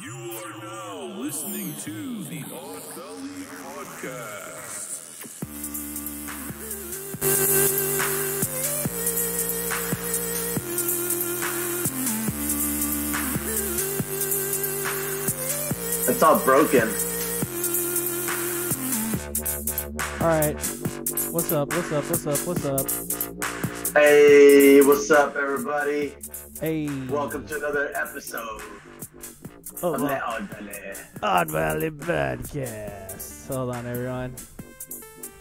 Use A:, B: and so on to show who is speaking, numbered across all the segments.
A: You are now listening to the Odd Valley Podcast.
B: It's all broken.
C: All right. What's up? What's up? What's up? What's up?
B: Hey, what's up, everybody?
C: Hey.
B: Welcome to another episode
C: Oh,
B: of
C: well,
B: the Odd Valley.
C: Odd Valley Podcast. Hold on, everyone.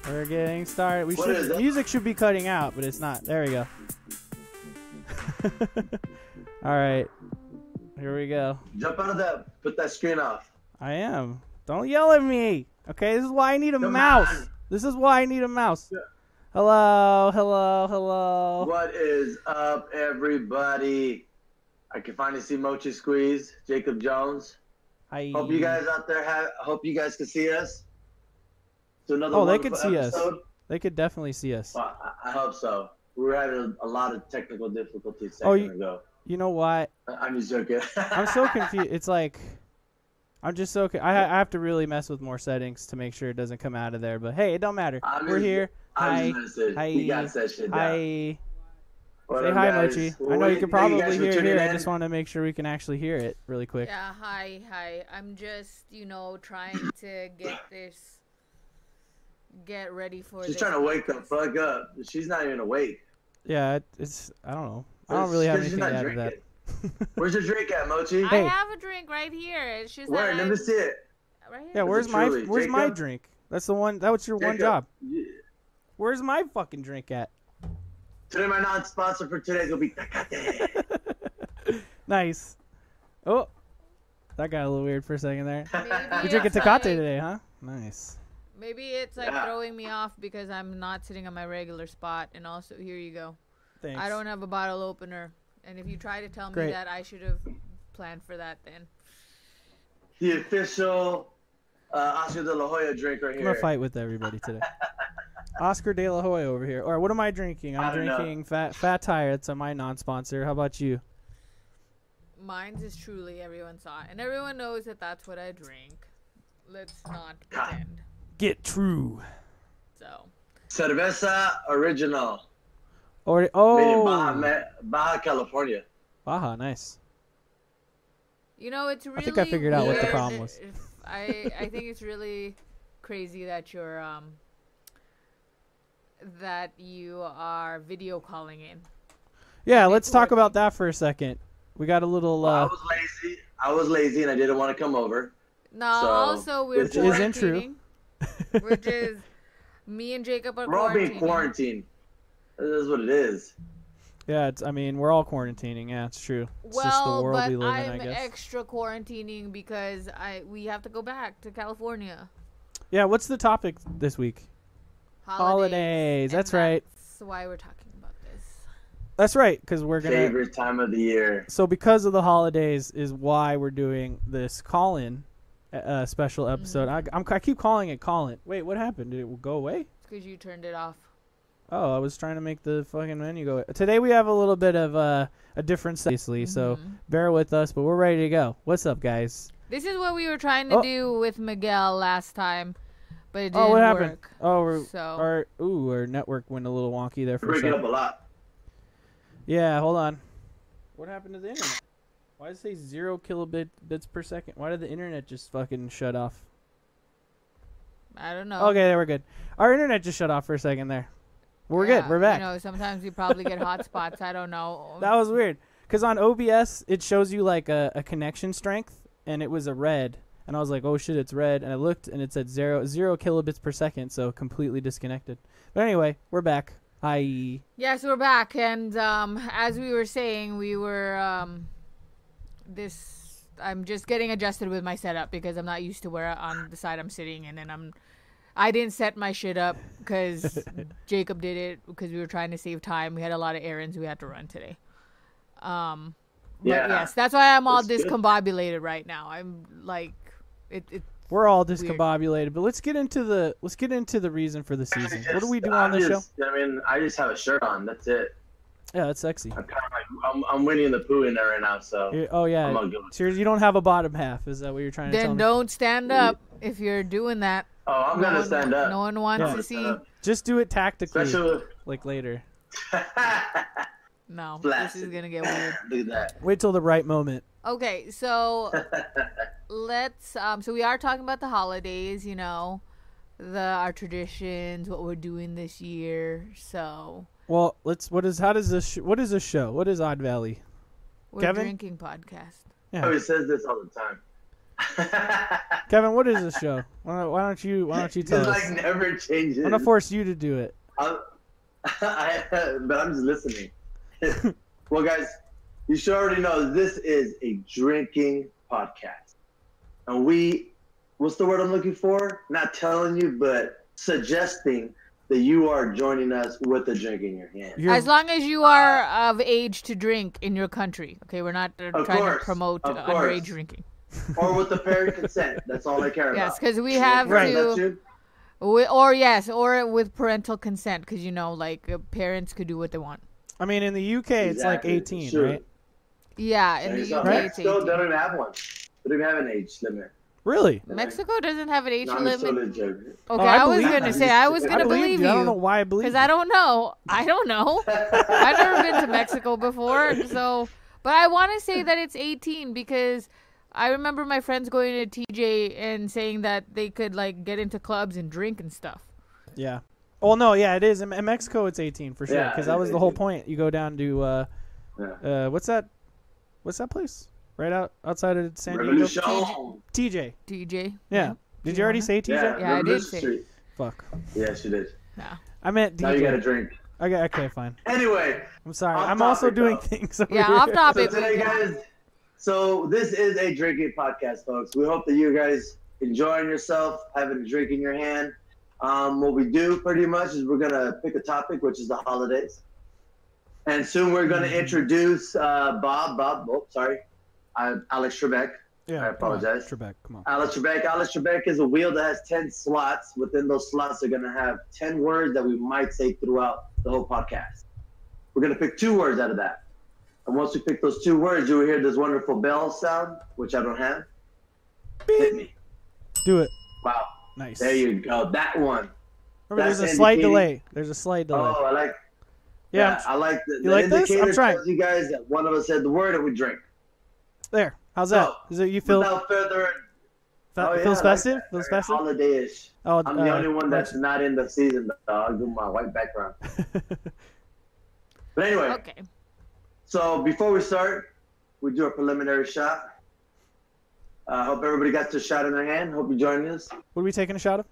C: We're getting started. We
B: What is
C: should
B: that?
C: music should be cutting out, but it's not. There we go. All right. Here we go.
B: Jump out of that. Put that screen off.
C: I am. Don't yell at me. Okay, this is why I need a
B: Come
C: mouse.
B: on.
C: This is why I need a mouse.
B: Yeah.
C: Hello, hello, hello.
B: What is up, everybody? I can finally see Mochi Squeeze, Jacob Jones.
C: Hi.
B: Hope you guys out there have. Hope you guys can see us. To another
C: Oh, they
B: wonderful
C: could see us.
B: episode.
C: They could definitely see us.
B: Well, I, I hope so. We were having a, a lot of technical difficulties a second
C: Oh, you-
B: ago.
C: You know what?
B: I- I'm just joking.
C: I'm so confused. It's like I'm just so. co- I I have to really mess with more settings to make sure it doesn't come out of there. But hey, it don't matter.
B: I'm
C: We're
B: just-
C: here.
B: I'm just messing.
C: Hi.
B: We got that shit down.
C: Hi.
B: What
C: Say
B: up,
C: hi,
B: guys?
C: Mochi.
B: Well,
C: I know
B: what do
C: you can
B: think? You
C: probably
B: guys
C: hear
B: for
C: it
B: tuning
C: here. I
B: in?
C: just want to make sure we can actually hear it really quick.
D: Yeah, hi, hi. I'm just, you know, trying to get this, get ready for.
B: She's
D: this
B: trying to wake the
D: podcast.
B: fuck up. She's not even awake.
C: Yeah, it it's. I don't know. I don't really have
B: She's
C: anything to
B: not
C: add to that.
B: drinking. Where's your drink at, Mochi?
D: I
C: Hey.
D: have a drink right here. It's just
B: Where?
D: that
B: Let
D: I'm-
B: me see it.
D: right here.
C: Yeah,
B: it
C: where's my
B: truly
C: where's my
B: Jacob?
C: drink? That's the one. That was your one
B: Jacob,
C: job.
B: you-
C: Where's my fucking drink at?
B: Today, my non-sponsor for today's gonna be Tecate.
C: Nice. Oh, that got a little weird for a second there.
D: Maybe
C: You drink a
D: it's
C: Tecate
D: like-
C: today, huh? Nice.
D: Maybe it's like
B: Yeah.
D: throwing me off because I'm not sitting on my regular spot. And also, here you go.
C: Thanks.
D: I don't have a bottle opener. And if you try to tell me
C: Great.
D: that, I should have planned for that then.
B: the official uh, Oscar De La Hoya drink right
C: I'm gonna
B: here.
C: fight with everybody today. Oscar De La Hoya over here. All right, what am I drinking? I'm
B: I don't know.
C: drinking Fat Fat Tire. That's my non-sponsor. How about you?
D: Mine's is truly everyone saw, it. and everyone knows that that's what I drink. Let's not
B: God.
D: pretend.
C: Get True.
D: So.
B: Cerveza Original,
C: Or
B: made in
C: oh,
B: Baja, Ma- Baja California.
C: Baja, nice.
D: You know, it's really.
C: think I figured out what the
D: weird
C: problem was.
D: if- I I think it's really crazy that you're um that you are video calling in.
C: Yeah, let's
D: Paperwork.
C: talk about that for a second. We got a little.
B: I
C: Uh,
B: was lazy. I was lazy, and I didn't want to come over.
D: Now
B: So,
D: also we're
B: which is-
C: Isn't true.
D: quarantining, which is me and Jacob are
B: We're all being
D: quarantining.
B: quarantined. That is what it is.
C: yeah, it's, I mean we're all quarantining. Yeah, it's true. It's just the
D: Well,
C: world
D: but
C: we live in,
D: I'm
C: I guess.
D: extra quarantining because I we have to go back to California.
C: yeah, what's the topic this week? Holidays.
D: and
C: That's right.
D: That's why we're talking about this.
C: That's right, because we're gonna.
B: Favorite time of the year.
C: so because of the holidays is why we're doing this call-in uh, special
D: Mm-hmm.
C: episode. I, I'm, I keep calling it call-in. Wait, what happened? Did it go away?
D: Because you turned it off.
C: Oh, I was trying to make the fucking menu go. away. Today we have a little bit of uh, a different set, obviously, so
D: Mm-hmm.
C: bear with us, but we're ready to go. What's up, guys?
D: This is what we were trying to
C: Oh.
D: do with Miguel last time, but it didn't
C: Oh, what happened?
D: work.
C: Oh, we're,
D: So-
C: our ooh, our network went a little wonky there for
B: We're
C: a
B: breaking up
C: second.
B: a lot.
C: Yeah, hold on. What happened to the internet? Why does it say zero kilobit bits per second? Why did the internet just fucking shut off?
D: I don't know.
C: Okay, there we're good. Our internet just shut off for a second there. We're
D: Yeah,
C: good. We're back.
D: You know, sometimes you probably get hotspots. I don't know.
C: that was weird. Cause on OBS it shows you like a, a connection strength, and it was a red, and I was like, oh shit, it's red, and I looked, and it said zero zero kilobits per second, so completely disconnected. But anyway, we're back. Hi.
D: yes, we're back, and um, as we were saying, we were um, this. I'm just getting adjusted with my setup because I'm not used to where on the side I'm sitting, and then I'm. I didn't set my shit up because Jacob did it because we were trying to save time. We had a lot of errands we had to run today. Um, But
B: Yeah.
D: yes, that's why I'm all
B: That's good.
D: discombobulated right now. I'm like, it, it.
C: We're all discombobulated, but let's get into the let's get into the reason for the season. What do we do on
B: I
C: this show?
B: just- I mean, I just have a shirt on. That's it.
C: Yeah, that's sexy.
B: I'm kind of like I'm, I'm Winnie the Pooh in there right now, so
C: You're- oh
B: I'm
C: yeah.
B: not good.
C: So you're- you don't have a bottom half. Is that what you're trying to tell
D: Then
C: me?
D: don't stand up if you're doing that.
B: Oh, I'm
D: no
B: gonna
D: one-
B: stand up.
D: No one wants
C: Yeah.
D: to see.
B: Uh,
C: Just do it tactically,
B: Special.
C: like later.
B: Look at
D: No, this
B: Blasted.
D: is gonna get weird.
B: that.
C: Wait till the right moment.
D: Okay, so let's. Um, so we are talking about the holidays. You know, the our traditions, what we're doing this year. So
C: Well, let's. What is? How does this? Sh- what is this show? What is Odd Valley?
D: we're
C: Kevin?
D: drinking podcast.
B: Oh, he says this all the time.
C: Kevin, what is this show? Why don't, why don't you? Why don't you
B: He
C: tell
B: just
C: us?
B: like never changes.
C: I'm gonna force you to do it.
B: I'll- I, but I'm just listening. well, guys, you should already know this is a drinking podcast, and we, what's the word I'm looking for? Not telling you, but suggesting that you are joining us with a drink in your hand.
C: You're,
D: As long as you are of age to drink in your country, okay, we're not uh,
B: Of
D: trying
B: course,
D: to promote
B: of
D: uh,
B: course.
D: underage drinking.
B: or with the parent consent. That's all I care
D: Yes,
B: about.
D: because we have
C: Right.
D: to.
B: That's you.
D: Wi- or yes, or with parental consent, because you know, like uh, parents could do what they want.
C: I mean, in the UK, it's like
B: Exactly,
C: 18,
B: sure.
C: right?
D: Yeah, in
B: There's
D: the
B: no-
D: UK, it's
B: Mexico
D: 18.
B: they don't even have one. They don't even have an age limit.
C: Really?
D: Mexico doesn't have an age
B: No, I'm
D: limit.
B: just totally joking.
D: Okay,
C: Oh, I
D: I, was
C: believe
D: gonna
B: you.
D: say I was
B: I
D: gonna
C: believed
D: believe
C: you. I don't know
D: you
C: why I believe.
D: because I don't know. I don't know. I've never been to Mexico before, so but I want to say that it's 18 because I remember my friends going to TJ and saying that they could like get into clubs and drink and stuff.
C: Yeah. Well, no, yeah, it is. In, in Mexico, it's 18 for sure.
B: Yeah,
C: Because
B: it
C: that
B: is
C: was the whole
B: 18.
C: point. You go down to uh,
B: Yeah.
C: uh, what's that? What's that place? Right out outside of San Diego.
B: Revolution.
C: TJ.
D: TJ.
C: Yeah. Did you already
D: Tijuana.
C: say TJ?
B: Yeah,
D: Yeah, I did
B: Revolution
D: say-
B: Street.
C: Fuck.
B: Yeah, she did.
D: No.
C: I meant
B: Now you got
C: DJ.
B: a drink.
C: okay, okay, fine.
B: Anyway,
C: I'm sorry.
B: Off
C: I'm also
B: topic,
C: doing
B: though.
C: things. Over
D: Yeah,
C: here.
D: off
B: so
D: topic.
B: today, guys, so this is a drinking podcast, folks. We hope that you guys enjoying yourself, having a drink in your hand. Um, what we do pretty much is we're gonna pick a topic, which is the holidays, and soon we're gonna introduce uh, Bob. Bob, oh, sorry, I, Alex Trebek.
C: Yeah,
B: I
C: come on,
B: apologize.
C: Trebek, come on.
B: Alex Trebek. Alex Trebek is a wheel that has 10 slots. Within those slots, they're going to have 10 words that we might say throughout the whole podcast. We're going to pick two words out of that. And once we pick those two words, you will hear this wonderful bell sound, which I don't have. Hit me.
C: Do it.
B: Wow.
C: Nice.
B: There you go. That one.
C: Remember, there's a
B: that's
C: slight
B: indicating-
C: delay. There's a slight delay.
B: Oh, I like
C: yeah, I'm-
B: that. I like the,
C: You
B: the
C: like this? I'm
B: indicator
C: trying.
B: tells you guys that one of us said the word and we drink.
C: there. How's that?
B: So,
C: Is it you feel
B: Without further
C: fe-
B: oh, yeah,
C: feels
B: I like
C: festive?
B: that.
C: feels festive?
B: holiday ish.
C: Oh,
B: I'm the
C: uh,
B: only one that's not in the season, though. I'll do my white background. but anyway,
D: Okay.
B: so before we start, we do a preliminary shot. Uh, I hope everybody got their shot in their hand. Hope you join us.
C: What are we taking a shot of?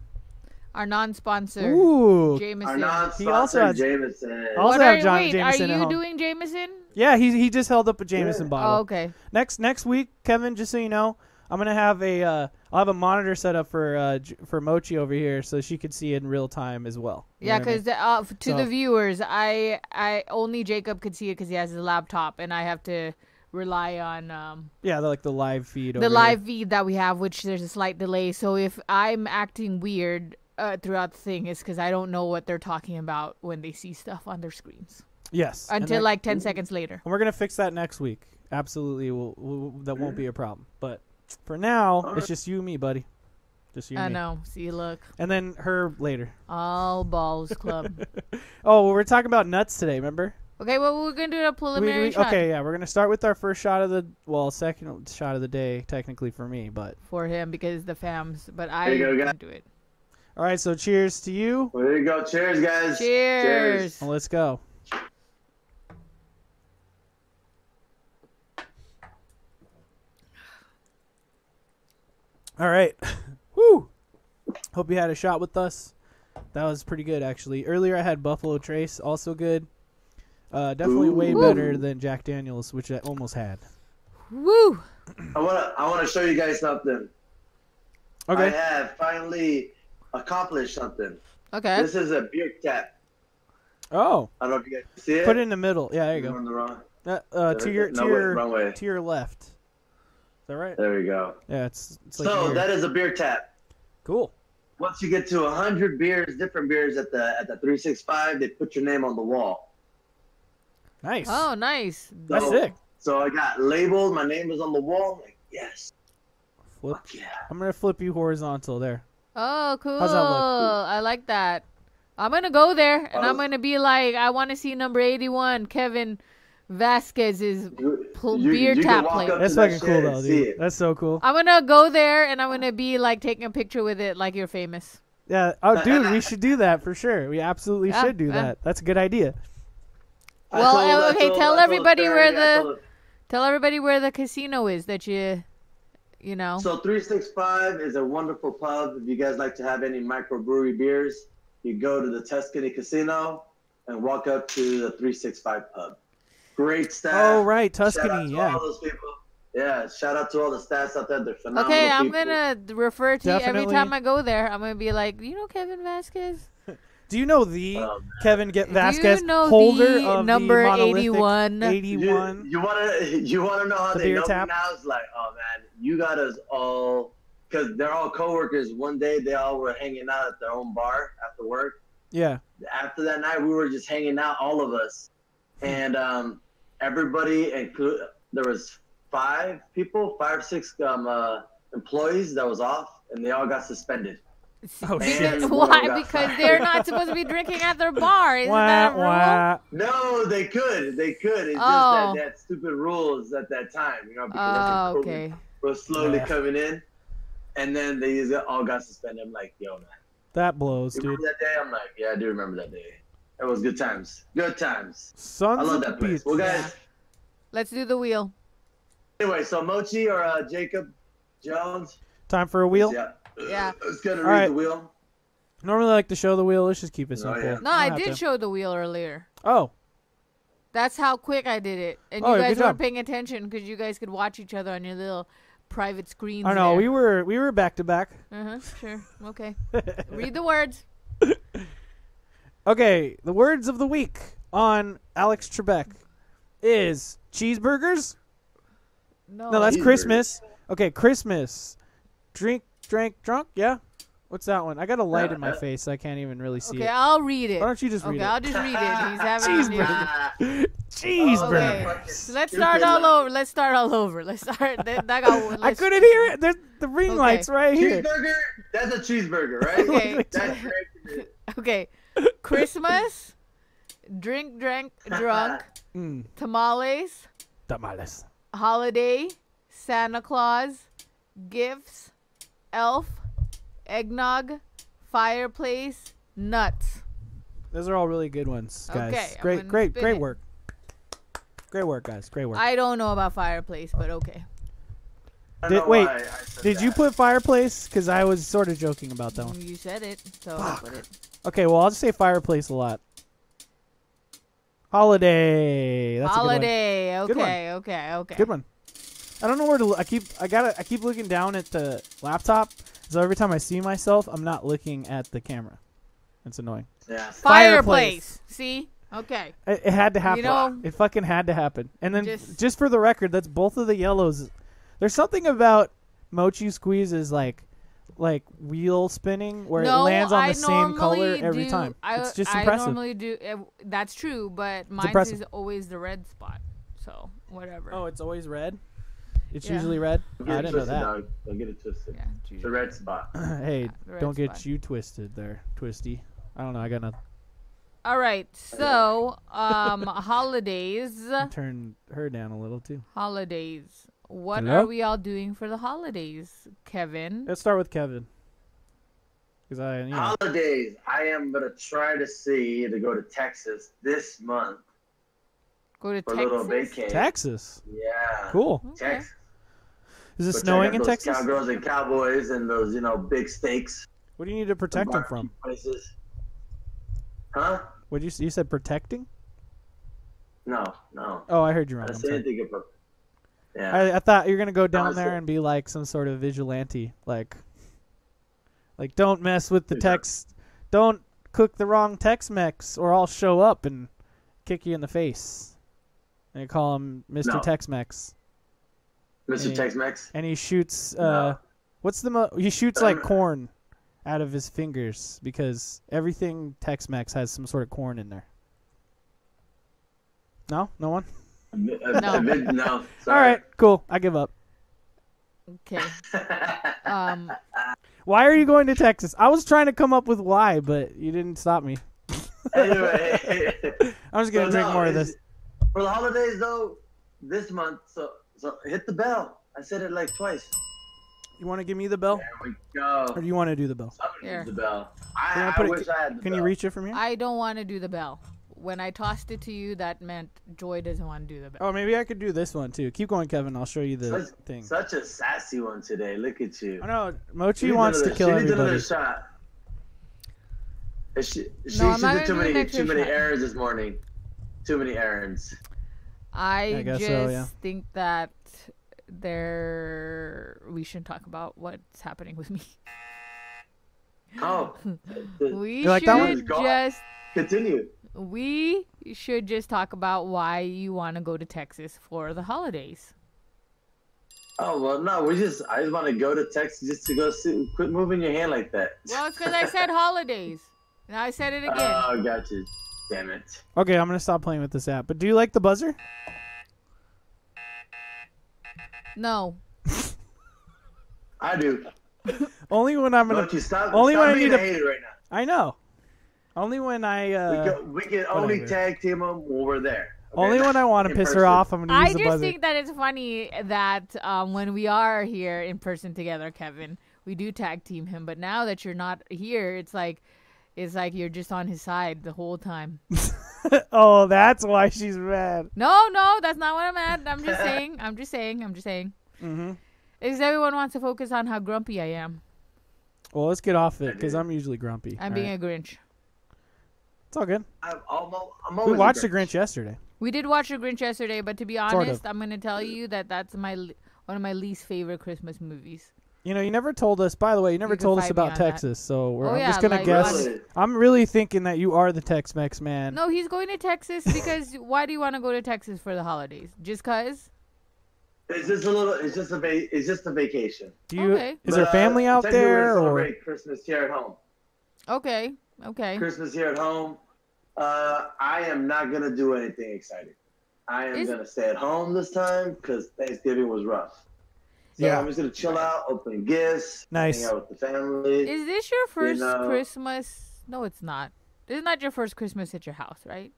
D: Our non-sponsor,
C: Ooh.
B: Our
D: Jameson.
C: He also
B: non-sponsor
C: has-
B: Jameson.
C: Also
D: What
C: have
D: are,
C: John
D: wait,
C: Jameson at
D: are you
C: home.
D: doing Jameson?
C: Yeah, he he just held up a Jameson bottle.
D: Oh, okay.
C: Next next week, Kevin, just so you know, I'm gonna have a uh, I'll have a monitor set up for uh, J- for Mochi over here, so she could see it in real time as well. You
D: Yeah,
C: know what I mean?
D: because uh, f- to
C: So-
D: the viewers, I I only Jacob could see it because he has his laptop, and I have to rely on um,
C: yeah, the, like the live feed.
D: the
C: over
D: live
C: Here.
D: feed that we have, which there's a slight delay. So if I'm acting weird uh, throughout the thing, it's because I don't know what they're talking about when they see stuff on their screens
C: Yes. and
D: until
C: that-
D: like ten seconds later.
C: and we're gonna fix that next week. Absolutely, we'll, we'll, that won't be a problem. But for now, it's just you, and me, buddy. Just you.
D: I
C: And, me.
D: know. See, look,
C: and then her later.
D: all balls club.
C: Oh, well, we're talking about nuts today. Remember?
D: okay, well we're gonna do a
C: We-
D: preliminary
C: we-
D: shot
C: okay, yeah, we're gonna start with our first shot of the well, second shot of the day, technically for me, but
D: for him because the fams, but I
B: There you go, guys.
D: can do it.
C: all right. So cheers to you.
B: Well, there you go. Cheers, guys.
D: Cheers.
C: Well, let's go. All right. Woo. Hope you had a shot with us. That was pretty good, actually. Earlier, I had Buffalo Trace, also good. Uh, definitely way
B: Ooh.
C: better than Jack Daniels, which I almost had.
D: Woo!
B: I want to I wanna show you guys something. I
C: Okay.
B: have finally accomplished something.
D: Okay.
B: This is a beer tap.
C: Oh,
B: I don't know if you guys can see it.
C: put it in the middle. Yeah, there you
B: I'm
C: go.
B: on the wrong-
C: Uh, uh, to your
B: no,
C: to
B: wait, wrong
C: your
B: way.
C: to your left. Is that right?
B: There we go.
C: Yeah, it's it's like
B: so
C: here.
B: that is a beer tap.
C: cool.
B: once you get to 100 beers different beers at the at the 365 they put your name on the wall
C: Nice.
D: Oh, nice.
C: That's
B: So-
C: sick.
B: So I got labeled. My name was on the wall. I'm like, yes,
C: Flip.
B: fuck yeah.
C: I'm gonna flip you horizontal there.
D: Oh, cool.
C: that look?
D: I like that. I'm gonna go there and
B: Oh.
D: I'm gonna be like, I want to see number 81, Kevin Vasquez's.
B: You,
D: Pull beer tap plate.
B: up
C: That's
B: to that
C: fucking
B: Oh, shit
C: cool
B: and
C: though,
B: see
C: dude.
B: it.
C: That's so cool.
D: I'm gonna go there and I'm gonna be like taking a picture with it, like you're famous.
C: Yeah. Oh, dude, we should do that for sure. We absolutely
D: Yeah,
C: should do
D: yeah.
C: that. That's a good idea.
B: I
D: Well, uh,
B: told- I
D: okay,
B: told-
D: tell
B: I told
D: everybody
B: Farrah,
D: where
B: I
D: the-
B: told her-
D: Tell everybody where the casino is that you, you know.
B: So 365 is a wonderful pub. If you guys like to have any microbrewery beers, you go to the Tuscany Casino and walk up to the 365 pub. Great staff.
C: Oh right,
B: shout out
C: Tuscany.
B: to
C: Yeah.
B: All those people. Yeah, shout out to all the staffs out there. They're phenomenal.
D: Okay, I'm
B: people.
D: gonna refer to you every
C: Definitely.
D: time I go there. I'm gonna be like, you know, Kevin Vasquez.
C: Do you know the
B: Um,
C: Kevin Get Vasquez
D: Do you know
C: holder
D: the
C: of
D: number
C: the monolithic
D: 81?
C: 81?
B: You, you wanna you wanna know how
C: The
B: they
C: beer
B: know
C: tap?
B: me now? It's like, oh man, you got us all because they're all coworkers. One day they all were hanging out at their own bar after work.
C: Yeah.
B: After that night, we were just hanging out, all of us,
C: Hmm.
B: and um, everybody include. There was five people, five six um, uh, employees that was off, and they all got suspended.
C: Oh
B: Man.
C: shit.
D: Because,
B: Well, we
D: why?
B: got
D: Because
B: five.
D: they're not supposed to be drinking at their bar. Isn't that
C: Wah,
D: a rule?
C: wah.
B: No, they could, they could. It's
D: Oh.
B: just that, that stupid rules at that time, you know. of
D: Oh,
B: COVID.
D: okay.
B: was slowly
C: Yeah.
B: coming in, and then they just all got suspended. I'm like, yo, man,
C: That blows,
B: you
C: dude.
B: remember that day? I'm like, yeah, I do remember that day. It was good times. Good times.
C: Sons
B: I love
C: of
B: that place.
C: bitch.
B: Well, guys,
D: Let's do the wheel.
B: anyway, so Mochi or uh, Jacob Jones?
C: Time for a wheel.
B: Yeah.
D: Yeah.
B: Let's go to
C: All
B: read
C: right.
B: the wheel.
C: Normally I like to show the wheel. Let's just keep it
B: Oh,
C: simple.
B: yeah.
C: We
D: No, I
C: don't have
D: did
C: to-
D: show the wheel earlier.
C: Oh,
D: That's how quick I did it, and
C: Oh,
D: you
C: good
D: guys weren't
C: job.
D: paying attention because you guys could watch each other on your little private screens.
C: I know.
D: there.
C: We were we were back to back.
D: Uh-huh, sure. Okay. Read the words.
C: Okay, the words of the week on Alex Trebek is cheeseburgers.
D: No.
C: No, that's
B: Cheeseburgers.
C: Christmas. Okay, Christmas. Drink, drank, drunk. Yeah. What's that one? I got a light in my
B: Uh,
C: face. So I can't even really see
D: okay, I'll read
C: it.
D: it.
C: Why don't you just
D: okay,
C: read
D: I'll just read it. He's having a new-
C: Cheeseburger.
B: Ah,
C: it?
D: Okay.
C: Cheeseburger.
D: So let's start all over. Let's start all over. Let's start. That, that got,
C: I
D: let's-
C: couldn't hear it. There's the ring
D: Okay.
C: light's right here.
B: Cheeseburger? That's a cheeseburger, right?
D: Okay.
B: That's great.
D: Okay. Christmas, drink, drank, drunk,
C: Mm,
D: tamales,
C: tamales.
D: holiday, Santa Claus, gifts, elf, eggnog, fireplace, nuts.
C: Those are all really good ones, guys.
D: Okay, I'm
C: great,
D: gonna
C: great,
D: spin
C: great
D: it.
C: work. Great work, guys. Great work.
D: I don't know about fireplace, but okay.
B: I don't
C: Did-
B: know
C: wait,
B: why I said
C: Did
B: that.
C: you put fireplace? Because I was sort of joking about that one.
D: You said it, so I put it.
C: Okay, well I'll just say fireplace a lot. Holiday. That's a good one.
D: holiday.
C: Good one.
D: Okay, okay, okay.
C: Good one. I don't know where to. Look. I keep. I gotta. I keep looking down at the laptop. So every time I see myself, I'm not looking at the camera. It's annoying.
B: Yeah.
D: Fireplace. See? Okay.
C: It, it had to happen.
D: know-
C: it fucking had to happen. And then,
D: Just-
C: just, for the record, that's both of the yellows. There's something about mochi squeezes like, like wheel spinning where it lands on
D: I
C: the same color
D: normally
C: every
D: do-
C: time.
D: I,
C: it's just
D: I
C: impressive.
D: normally do. eh, That's true, but mine
C: impressive.
D: is always the red spot. So whatever.
C: oh, it's always red. It's
D: Yeah.
C: usually red.
B: Don't
C: I
B: get it
C: didn't know
B: twisted,
C: that.
B: dog. Don't get it twisted.
D: yeah. it's
B: The
D: usually-
B: red spot.
C: hey,
D: the red
C: don't
D: spot.
C: get you twisted there, twisty. I don't know. I got nothing.
D: All right. So um, holidays.
C: turn her down a little too.
D: Holidays. What
C: Hello?
D: are we all doing for the holidays, Kevin?
C: Let's start with Kevin. Cause I, you know,
B: Holidays. I am gonna try to see to go to Texas this month
D: Go to
B: for a little
D: Texas.
B: vacation.
C: Texas.
B: Yeah.
C: Cool.
D: Okay.
B: Texas.
C: Is it
B: Go check
C: snowing
B: out
C: in
B: those
C: Texas?
B: Cowgirls and cowboys and those you know big steaks.
C: What do you need to protect them from?
B: Places. Huh?
C: What you s- you said protecting?
B: No, no.
C: Oh, I heard you
B: I
C: wrong. I'm
B: didn't say
C: sorry.
B: anything about. Yeah.
C: I, I thought you were gonna go down
B: Honestly.
C: there and be like some sort of vigilante, like, like don't mess with the
B: Yeah.
C: text, don't cook the wrong Tex-Mex, or I'll show up and kick you in the face, and call him Mr.
B: No.
C: Tex-Mex,
B: Mr.
C: Yeah.
B: Tex-Mex.
C: and he shoots. Uh,
B: No.
C: What's the mo- he shoots like
B: Um,
C: corn out of his fingers because everything Tex-Mex has some sort of corn in there. No, no one.
D: No.
B: no. no.
C: All right, cool. I give up.
D: Okay.
B: right.
D: Um,
C: Why are you going to Texas? I was trying to come up with why, but you didn't stop me.
B: anyway,
C: I'm just
B: So,
C: gonna drink
B: no,
C: more of
B: it's-
C: this.
B: For the holidays, though, this month, so so hit the bell. I said it like twice.
C: You want to give me the bell,
B: There we go.
C: or do you want to do the bell?
B: I'm gonna
D: Here.
B: use the bell.
C: Can I
B: I, I,
C: put it-
B: wish I had the
C: Can
B: bell.
C: you reach it from here?
D: I don't want to do the bell. When I tossed it to you, that meant Joy doesn't want to do the bell.
C: Oh, maybe I could do this one too. Keep going, Kevin. I'll show you the
B: Such,
C: thing.
B: such a sassy one today. Look at you.
C: I know Mochi
B: needs
C: wants to
B: another-
C: kill
B: she needs another
C: everybody.
B: shot. Is She, she,
D: I'm
B: she
D: not
B: did too
D: gonna do an
B: many
D: extra
B: too many
D: shot.
B: errands this morning. Too many errands.
D: I,
C: I guess
D: just
C: so, yeah.
D: think that there we should talk about what's happening with me.
B: Oh,
D: We
C: You like that one?
D: should
B: Go on.
D: just
B: continue.
D: we should just talk about why you want to go to Texas for the holidays.
B: Oh well, no, we just I just want to go to Texas just to go see. Quit moving your hand like that.
D: Well, it's because I said holidays. Now I said it again.
B: Oh, gotcha. Damn it.
C: Okay, I'm gonna stop playing with this app. But do you like the buzzer?
D: no.
B: I do.
C: Only when I'm gonna.
B: Don't you stop?
C: only
B: stop
C: when I
B: being
C: need to-
B: a hater right now.
C: I know. Only when I. Uh,
B: We, go, we can only
C: whatever.
B: tag team them when we're there. okay?
C: only when I want to
B: In
C: piss her
B: person.
C: off, I'm gonna
D: I
C: use the
D: just
C: buzzer.
D: think that it's funny that um, when we are here in person together, Kevin, we do tag team him. But now that you're not here, it's like it's like you're just on his side the whole time.
C: oh, that's why she's mad.
D: No, no, that's not what I'm at. I'm just saying. I'm just saying. I'm just saying.
C: Mm-hmm.
D: Is everyone wants to focus on how grumpy I am?
C: Well, let's get off it
B: I
C: because
B: do.
C: I'm usually grumpy.
D: I'm
C: all
D: being
C: right?
D: a Grinch.
C: It's all good.
B: I'm almost. I'm always
C: We
B: a
C: watched the
B: Grinch.
C: Grinch yesterday.
D: We did watch The Grinch yesterday, but to be
C: of.
D: honest, I'm gonna tell you that that's my le- one of my least favorite Christmas movies.
C: You know, you never told us. By the way, you never
D: You can
C: told us
D: fight me
C: about
D: on that.
C: Texas, so we're
D: Oh,
C: I'm
D: yeah,
C: just gonna
D: like,
C: guess.
B: Really?
C: I'm really thinking that you are the Tex-Mex man.
D: No, he's going to Texas because why do you want to go to Texas for the holidays? Just cause?
B: It's just a little. It's just a. Va- it's just a vacation.
C: Do you?
D: Okay.
C: Is there
B: But, uh,
C: family out
B: technically we
C: there? Or
B: celebrate Christmas here at home?
D: Okay, okay.
B: Christmas here at home. Uh, I am not gonna do anything exciting. I am
D: Is-
B: gonna stay at home this time because Thanksgiving was rough. So
C: Yeah.
B: I'm just gonna chill out, open gifts,
C: Nice.
B: hang out with the family.
D: Is this your first
B: know-
D: Christmas? No, it's not. This is not your first Christmas at your house, right?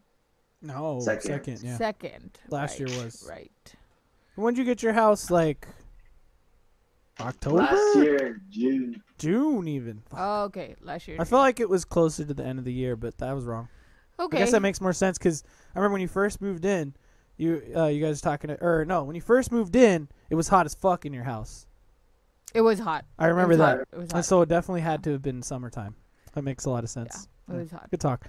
C: no, second.
B: Second.
C: yeah.
D: Second.
C: Last
D: right,
C: year was.
D: right.
C: When'd you get your house? Like October,
B: Last year in June.
C: June, even.
D: Oh, okay, last year.
C: I felt like it was closer to the end of the year, but that was wrong.
D: okay.
C: I guess that makes more sense because I remember when you first moved in, you uh, you guys talking to, or no, when you first moved in, it was hot as fuck in your house.
D: it was hot.
C: I remember
D: it was
C: that,
D: Hot. It was
C: and
D: hot.
C: so it definitely had to have been summertime. That makes a lot of sense.
D: it was hot.
C: Good talk.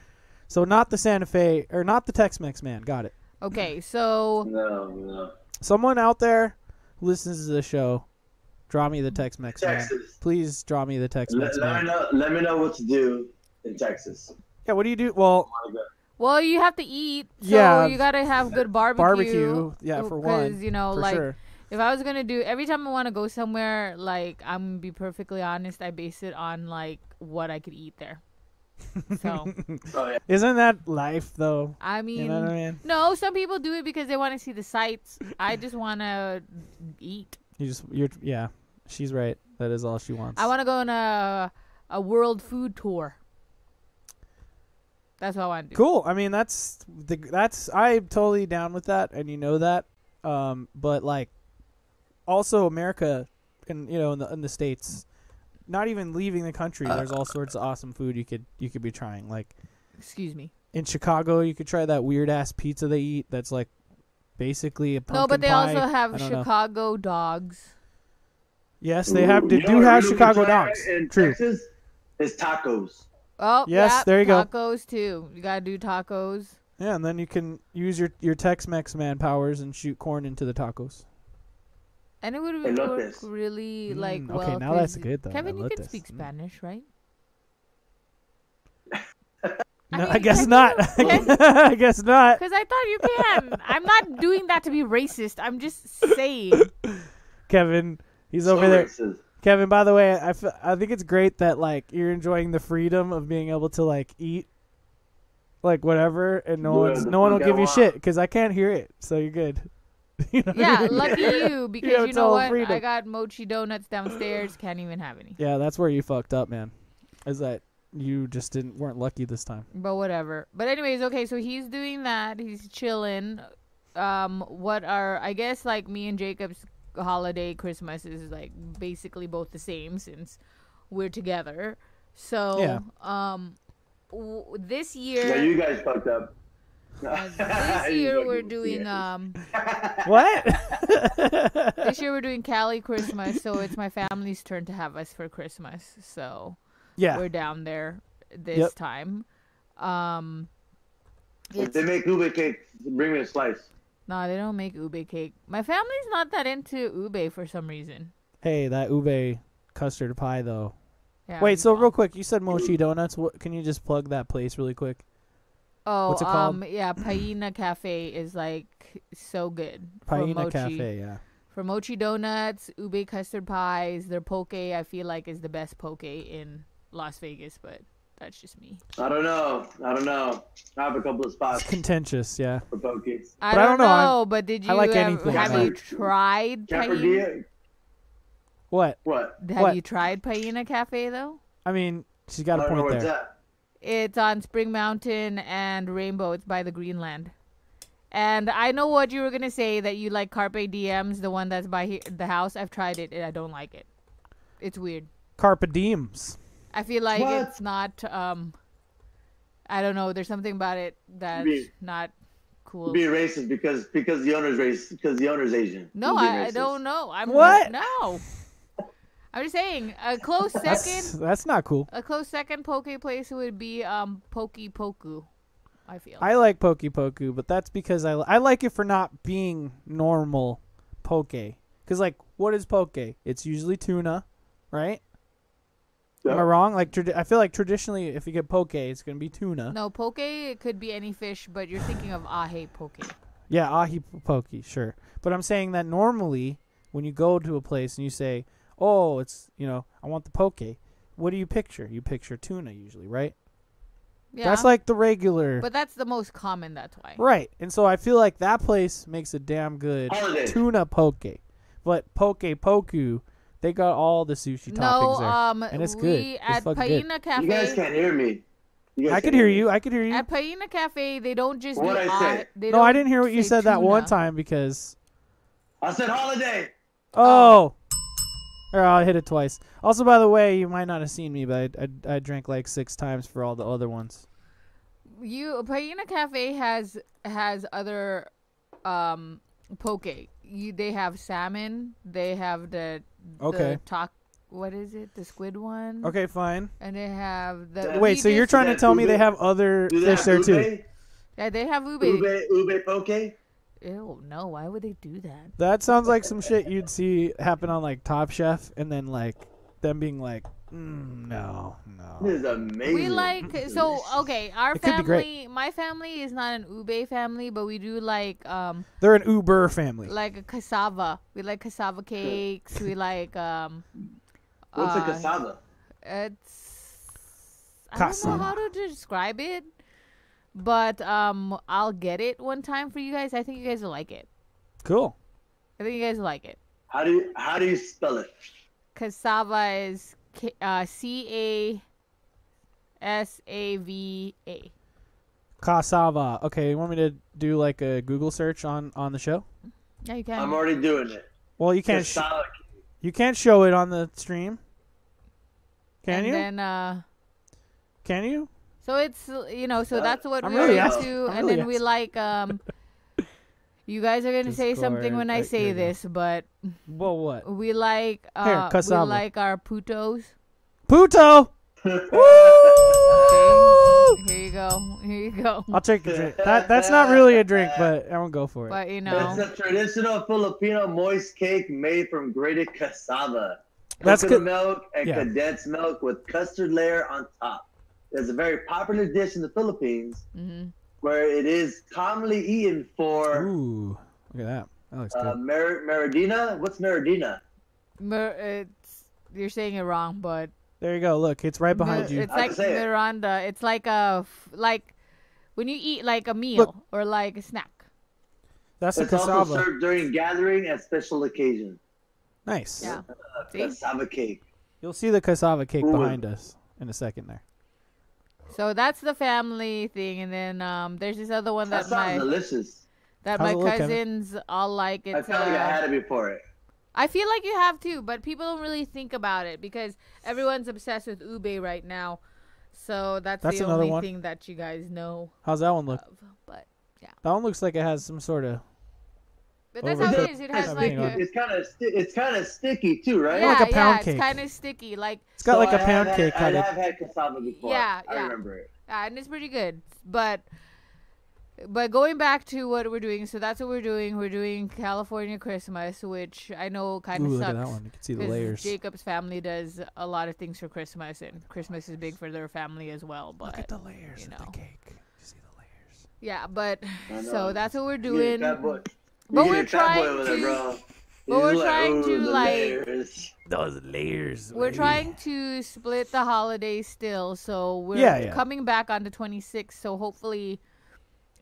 C: So not the Santa Fe or not the Tex-Mex man. Got it.
D: Okay, so
B: No, no.
C: Someone out there who listens to the show. Draw me the Tex-Mex man.
B: Texas.
C: Please draw me the Tex-Mex
B: Let, let me
C: man.
B: know. Let me know what to do in Texas.
C: Yeah. What do you do? Well,
B: Wanna go-
D: Well, you have to eat. So
C: Yeah.
D: you gotta have good barbecue.
C: barbecue. Yeah, for one.
D: Because you know,
C: for
D: Oh, like
C: sure.
D: if I was gonna do every time I want to go somewhere, like I'm gonna be perfectly honest, I base it on like what I could eat there. So
B: Oh yeah.
C: Isn't that life though?
D: I mean,
C: You know what I mean?
D: no, some people do it because they want to see the sights. I just want to eat.
C: You just you're yeah. She's right. That is all she wants.
D: I want to go on a a world food tour. That's what I want to do.
C: Cool. I mean, that's the that's I'm totally down with that, and you know that. Um, but like, also America, and you know, in the in the states, not even leaving the country,
B: Uh,
C: there's all sorts of awesome food you could you could be trying. Like
D: Excuse me.
C: in Chicago, you could try that weird ass pizza they eat. That's like basically a pumpkin
D: no, but they
C: pie.
D: also
C: I
D: have
C: don't know.
D: Chicago dogs.
C: Yes, they have. They
B: You know
C: do
B: what
C: have
B: we
C: Chicago
B: try
C: dogs.
B: In
C: True.
B: Texas is tacos.
D: Oh,
C: Yes,
D: yeah,
C: there you go.
D: tacos too. You gotta do tacos.
C: Yeah, and then you can use your your Tex-Mex man powers and shoot corn into the tacos.
D: And it would
B: Hey,
D: work
B: Lopez.
D: really like
C: Mm,
D: well.
C: okay, now that's
D: 'cause
C: good, though. I
D: Kevin, you
C: like
D: can
C: this.
D: speak
C: Mm.
D: Spanish, right?
C: No, I,
D: mean,
C: guess
D: can
C: not.
D: you- can-
C: I guess not.
D: Because I thought you can. I'm not doing that to be racist. I'm just saying.
C: Kevin. He's
B: So
C: over there.
B: racist.
C: Kevin, by the way, I, f- I think it's great that like you're enjoying the freedom of being able to like eat like whatever, and no
B: Yeah,
C: one's
B: the
C: no one will
B: fuck I
C: give you
B: want.
C: shit because I can't hear it. So you're good. You know what I
D: Yeah,
C: mean?
D: lucky you because
C: Yeah,
D: you
C: it's
D: know
C: all
D: what?
C: freedom.
D: I got mochi donuts downstairs. Can't even have any.
C: Yeah, that's where you fucked up, man. Is that you just didn't weren't lucky this time?
D: But whatever. But anyways, okay. So he's doing that. He's chilling. Um, what are I guess like me and Jacob's holiday Christmas is like basically both the same since we're together. So
C: Yeah.
D: um, w- this
B: Yeah,
D: year.
B: you guys fucked up.
D: uh,
B: You
D: this year
B: fucking
D: we're doing
B: weird.
D: um
C: What?
D: this year we're doing Cali Christmas so it's my family's turn to have us for Christmas so
C: yeah,
D: we're down there this
C: Yep.
D: time. Um,
B: If
D: it's,
B: they make ube cake, bring me a slice.
D: nah, they don't make ube cake. My family's not that into ube for some reason.
C: hey, that ube custard pie though.
D: Yeah,
C: Wait, so real quick, you said Mochi Donuts. What, can you just plug that place really quick?
D: oh,
C: what's it called?
D: Um, yeah, Paina Cafe is like so good. for
C: Paina
D: mochi.
C: Cafe. Yeah.
D: For mochi donuts, ube custard pies, their poke I feel like is the best poke in Las Vegas, but that's just me.
B: I don't know. I don't know. I have a couple of
C: It's
B: spots
C: contentious. Yeah.
B: for pokies.
D: I,
C: But I
D: don't
C: don't know, I'm-
D: know, but did you
C: I like
D: ever-
C: anything,
D: have
B: so-
D: you tried Paina?
B: Capardilla?
C: What?
B: What?
D: Have
C: What?
D: you tried Paina Cafe though?
C: I mean, she's
B: I
C: got a
B: don't know
C: point
B: where it's
C: there.
B: at.
D: It's on Spring Mountain and Rainbow. It's by the Greenland. And I know what you were gonna say that you like Carpe Diems, the one that's by he- the house. I've tried it and I don't like it. It's weird.
C: Carpe diems.
D: I feel like
B: What?
D: it's not. Um, I don't know. There's something about it that's
B: mean-
D: not cool.
B: Be racist because because the owner's race because the owner's Asian.
D: no,
B: You'd be
D: I, I
B: racist.
D: don't know. I'm
C: What?
D: No. I'm just saying a close
C: That's
D: second.
C: that's not cool.
D: A close second poke place would be um Pokey Poku. I feel.
C: I like Poke Poku, but that's because I, I like it for not being normal poke. Because, like, what is poke? It's usually tuna, right? Am I
B: Yeah.
C: wrong? Like, tradi- I feel like traditionally, if you get poke, it's going to be tuna.
D: No, poke it could be any fish, but you're thinking of ahe poke.
C: Yeah, ahi poke, sure. But I'm saying that normally, when you go to a place and you say, oh, it's, you know, I want the poke, what do you picture? You picture tuna usually, right?
D: Yeah. um,
C: That's like the regular.
D: But that's the most common. That's why.
C: Right. And so I feel like that place makes a damn good
B: Holiday.
C: tuna poke. But poke poku, they got all the sushi
D: No,
C: toppings there.
D: um,
C: and it's
D: we
C: good. It's
D: at
C: fucking good.
D: Paina
B: You guys
D: Cafe.
B: can't hear me. You guys
C: I could
B: can't
C: hear
B: me.
C: you. I could hear you.
D: At Paina Cafe, they don't just do
B: What'd I
D: ah-
B: say?
D: they
C: No, I
D: don't
C: didn't hear what you
D: say
C: said that one
D: tuna.
C: time because
B: I said holiday.
C: oh, or I hit it twice. Also, by the way, you might not have seen me, but I, I, I drank like six times for all the other ones.
D: You Paina Cafe has has other, um, poke. You, they have salmon. They have the
C: Okay.
D: The talk. What is it? The squid one.
C: Okay, fine.
D: And they have the.
B: Did
C: Wait,
D: we
C: so you're
D: just-
C: trying to
B: that
C: tell me
B: ube?
C: they have other
B: Do they
C: fish
B: have
C: there
B: ube?
C: too?
D: Yeah, they have ube.
B: Ube ube poke.
D: Ew, no. Why would they do that?
C: That sounds like some shit you'd see happen on like Top Chef, and then like them being like, mm, no,
B: This
C: no.
B: is amazing.
D: We like so okay. Our
C: It could be great.
D: family, my family is not an ube family, but we do like um
C: They're an Uber family.
D: like a cassava. We like cassava cakes. we like um.
B: What's
D: uh,
B: a cassava?
D: It's I don't know how to describe it, but um, I'll get it one time for you guys. I think you guys will like it.
C: Cool.
D: I think you guys will like it.
B: How do you how do you spell it?
D: Cassava is K- uh, C A S A V A.
C: Cassava. Okay, you want me to do like a Google search on on the show?
D: Yeah, you can.
B: I'm already doing it.
C: Well, you can't sh-
B: Cassava.
C: you can't show it on the stream. Can
D: and
C: you?
D: Then uh.
C: Can you?
D: So it's uh, you know, so
B: Uh,
D: that's what
C: I'm
D: we're
C: really
D: into,
C: asking- I'm
D: and
C: really
D: then we
C: asking.
D: like um. You guys are gonna say something when
C: Discord,
D: I
C: right, here we go.
D: say this, but
C: Well, what?
D: we like
C: Here,
D: uh, we
C: cassava.
D: like our putos.
C: Puto. Woo!
D: Here you go, here you go.
C: I'll take a drink. That that's not really a drink, but I won't go for it.
D: But you
B: It's
D: know,
B: a traditional Filipino moist cake made from grated cassava.
C: That's
B: Coconut
C: good.
B: milk and
C: Yeah.
B: condensed milk with custard layer on top. It's a very popular dish in the Philippines
D: hmm
B: where it is commonly eaten for
C: Ooh, look at that. That looks
B: uh,
C: good.
B: mer- meridina. What's meridina?
D: Mer- it's, you're saying it wrong, but
C: There you go. Look, it's right behind
D: Mir-
C: you.
D: It's
B: I can
D: like
B: say it.
D: Miranda. It's like a f- like When you eat like a meal
C: Look.
D: or like a snack.
C: That's a
B: It's also
C: cassava.
B: served during gathering at special occasion.
C: Nice.
D: Yeah.
B: Uh,
D: See?
B: cassava cake.
C: You'll see the cassava cake
B: Ooh.
C: behind us in a second there.
D: So that's the family thing, and then um, there's this other one
B: That
D: that
B: sounds
D: my
B: delicious.
D: that
C: How's
D: my
C: it look, Kevin?
D: cousins all like. It's
B: I felt like I
D: uh,
B: had it before it.
D: I feel like you have to, but people don't really think about it because everyone's obsessed with ube right now. So that's,
C: That's
D: the
C: another
D: only
C: one.
D: thing that you guys know
C: How's that one look?
D: of. But
C: That one looks like it has some sort of
D: but that's
C: Over
D: how it
C: the-
D: is. It
C: That's the
D: has like
C: thing
D: a,
C: on-
B: It's kind of sti- it's kind of sticky too, right?
D: yeah,
C: like a
D: yeah,
C: pound
D: it's
C: cake.
D: kind of sticky, like
C: it's got like
B: a
C: a pound cake
B: I
C: cut in.
B: have had cassava before.
D: Yeah,
B: I
D: yeah.
B: remember it.
D: Yeah, and it's pretty good. But but going back to what we're doing, so that's what we're doing. We're doing California Christmas, which I know kind
C: Ooh,
D: of
C: look
D: sucks.
C: at that one. You can see the
D: 'cause
C: layers.
D: Jacob's family does a lot of things for Christmas, and Christmas is big for their family as well.
C: Look at
D: But
C: the layers
D: you
C: of
D: know.
C: the cake. You see the layers.
D: yeah, but
B: I know.
D: so that's what we're
B: You get
D: doing.
B: a fat boy-
D: But
B: you
D: we're
B: get a fat boy
D: trying
B: with it,
D: to
B: bro.
D: but
B: He's
D: we're trying
B: "Ooh,
D: to,
B: the
D: like-
B: layers."
C: Those layers.
D: we're trying to split the holiday still. So we're
C: Yeah, yeah.
D: coming back on the 26th. So hopefully.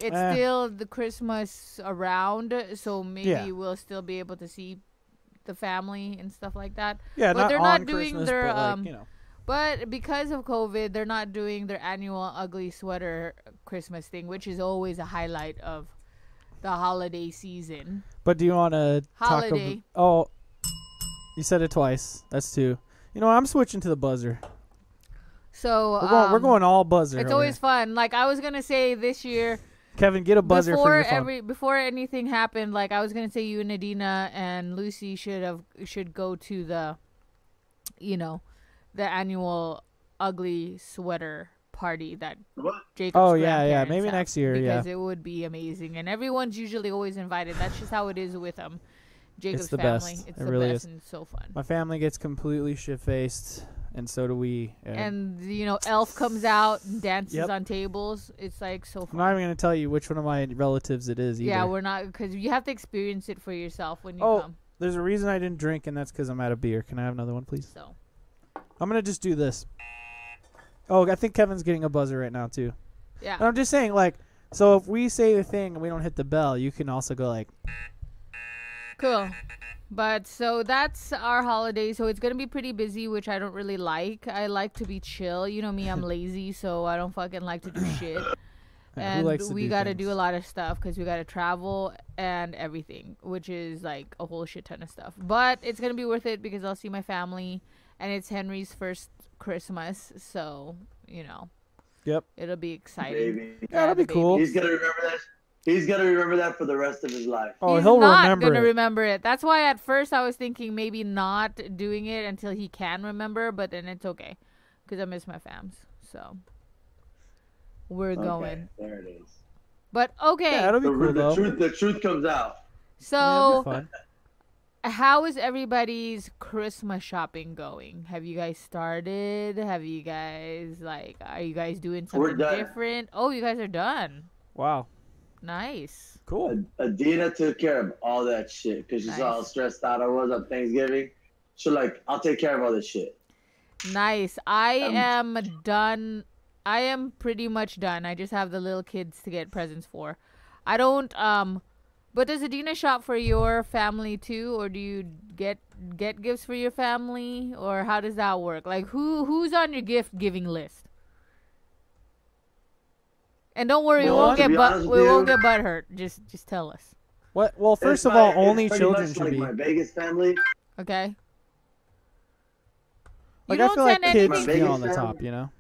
D: It's
C: Eh.
D: still the Christmas around, so maybe
C: Yeah.
D: we'll still be able to see the family and stuff like that.
C: Yeah,
D: but
C: not
D: they're
C: on
D: not doing
C: Christmas,
D: their,
C: but like,
D: um,
C: you know.
D: But because of COVID, they're not doing their annual ugly sweater Christmas thing, which is always a highlight of the holiday season.
C: But do you want to talk? About,
D: Holiday.
C: oh, you said it twice. That's two. You know, I'm switching to the buzzer.
D: So
C: We're going. we're
D: um,
C: going all buzzer.
D: It's
C: over
D: always
C: here.
D: fun. Like I was gonna say this year,
C: Kevin, get a buzzer for
D: before
C: your phone.
D: every before anything happened, like I was gonna say, you and Adina and Lucy should have should go to the, you know, the annual ugly sweater party that
B: What?
D: Jacob's
C: Oh, yeah, yeah.
D: grandparents
C: Maybe
D: have,
C: next year, yeah.
D: because it would be amazing, and everyone's usually always invited. That's just how it is with them. Jacob's
C: the
D: family,
C: best.
D: it's
C: It
D: the
C: really
D: best,
C: is.
D: and it's so fun.
C: My family gets completely shit faced, and so do we. And,
D: And you know, Elf comes out and dances
C: Yep.
D: on tables. It's like so
C: I'm
D: fun.
C: not even gonna tell you which one of my relatives it is either.
D: Yeah, we're not because you have to experience it for yourself when you
C: Oh.
D: come.
C: There's a reason I didn't drink, and that's because I'm out of beer. Can I have another one, please?
D: So
C: I'm gonna just do this. Oh, I think Kevin's getting a buzzer right now too.
D: yeah.
C: And I'm just saying, like, so if we say the thing and we don't hit the bell, you can also go like, "Uh,
D: Cool. But so that's our holiday. So it's going to be pretty busy, which I don't really like. I like to be chill. You know me, I'm lazy, so I don't fucking like to do shit.
C: "Hey, who
D: And
C: likes to
D: we
C: do
D: got to
C: things?"
D: do a lot of stuff because we got to travel and everything, which is like a whole shit ton of stuff. But it's going to be worth it because I'll see my family and it's Henry's first Christmas. So, you know,
C: Yep.
D: it'll be exciting.
B: Baby.
C: Yeah, that'd
D: the
C: be
D: baby.
C: cool.
B: He's gonna remember that. He's gonna remember that for the rest of his life.
C: Oh,
D: He's
C: he'll
D: not
C: remember
D: gonna
C: it.
D: remember it. That's why at first I was thinking maybe not doing it until he can remember, but then it's okay, cause I miss my fams. So we're
B: Okay,
D: going.
B: there it is.
D: But okay,
C: yeah, it'll be
B: The,
C: cool
B: the
C: though.
B: truth, the truth comes out.
C: Yeah, it'll
D: so
C: be fun.
D: how is everybody's Christmas shopping going? Have you guys started? Have you guys like are you guys doing
B: We're
D: something
B: done.
D: different? Oh, you guys are done.
C: Wow,
D: Nice.
C: cool.
B: Ad- Adina took care of all that shit because she saw how
D: Nice.
B: stressed out I was on Thanksgiving. She like, I'll take care of all this shit.
D: Nice. I
B: Um,
D: am done. I am pretty much done. I just have the little kids to get presents for. I don't um but does Adina shop for your family too or do you get get gifts for your family or how does that work? Like who who's on your gift giving list? And don't worry,
B: Well,
D: we won't
B: to
D: get
B: be
D: but
B: honest
D: we
B: with
D: won't
B: you-
D: get butt hurt. Just just tell us.
C: What? Well, first
B: It's
C: of
B: my-
C: all,
B: it's
C: only
B: pretty
C: children
B: much
C: should
B: like
C: be.
B: My Vegas family.
D: Okay?
C: Like
D: you
C: I
D: don't
C: feel like
D: send
C: kids
D: anything
C: should be
B: My
C: on the
B: biggest
C: top,
B: family.
C: you know.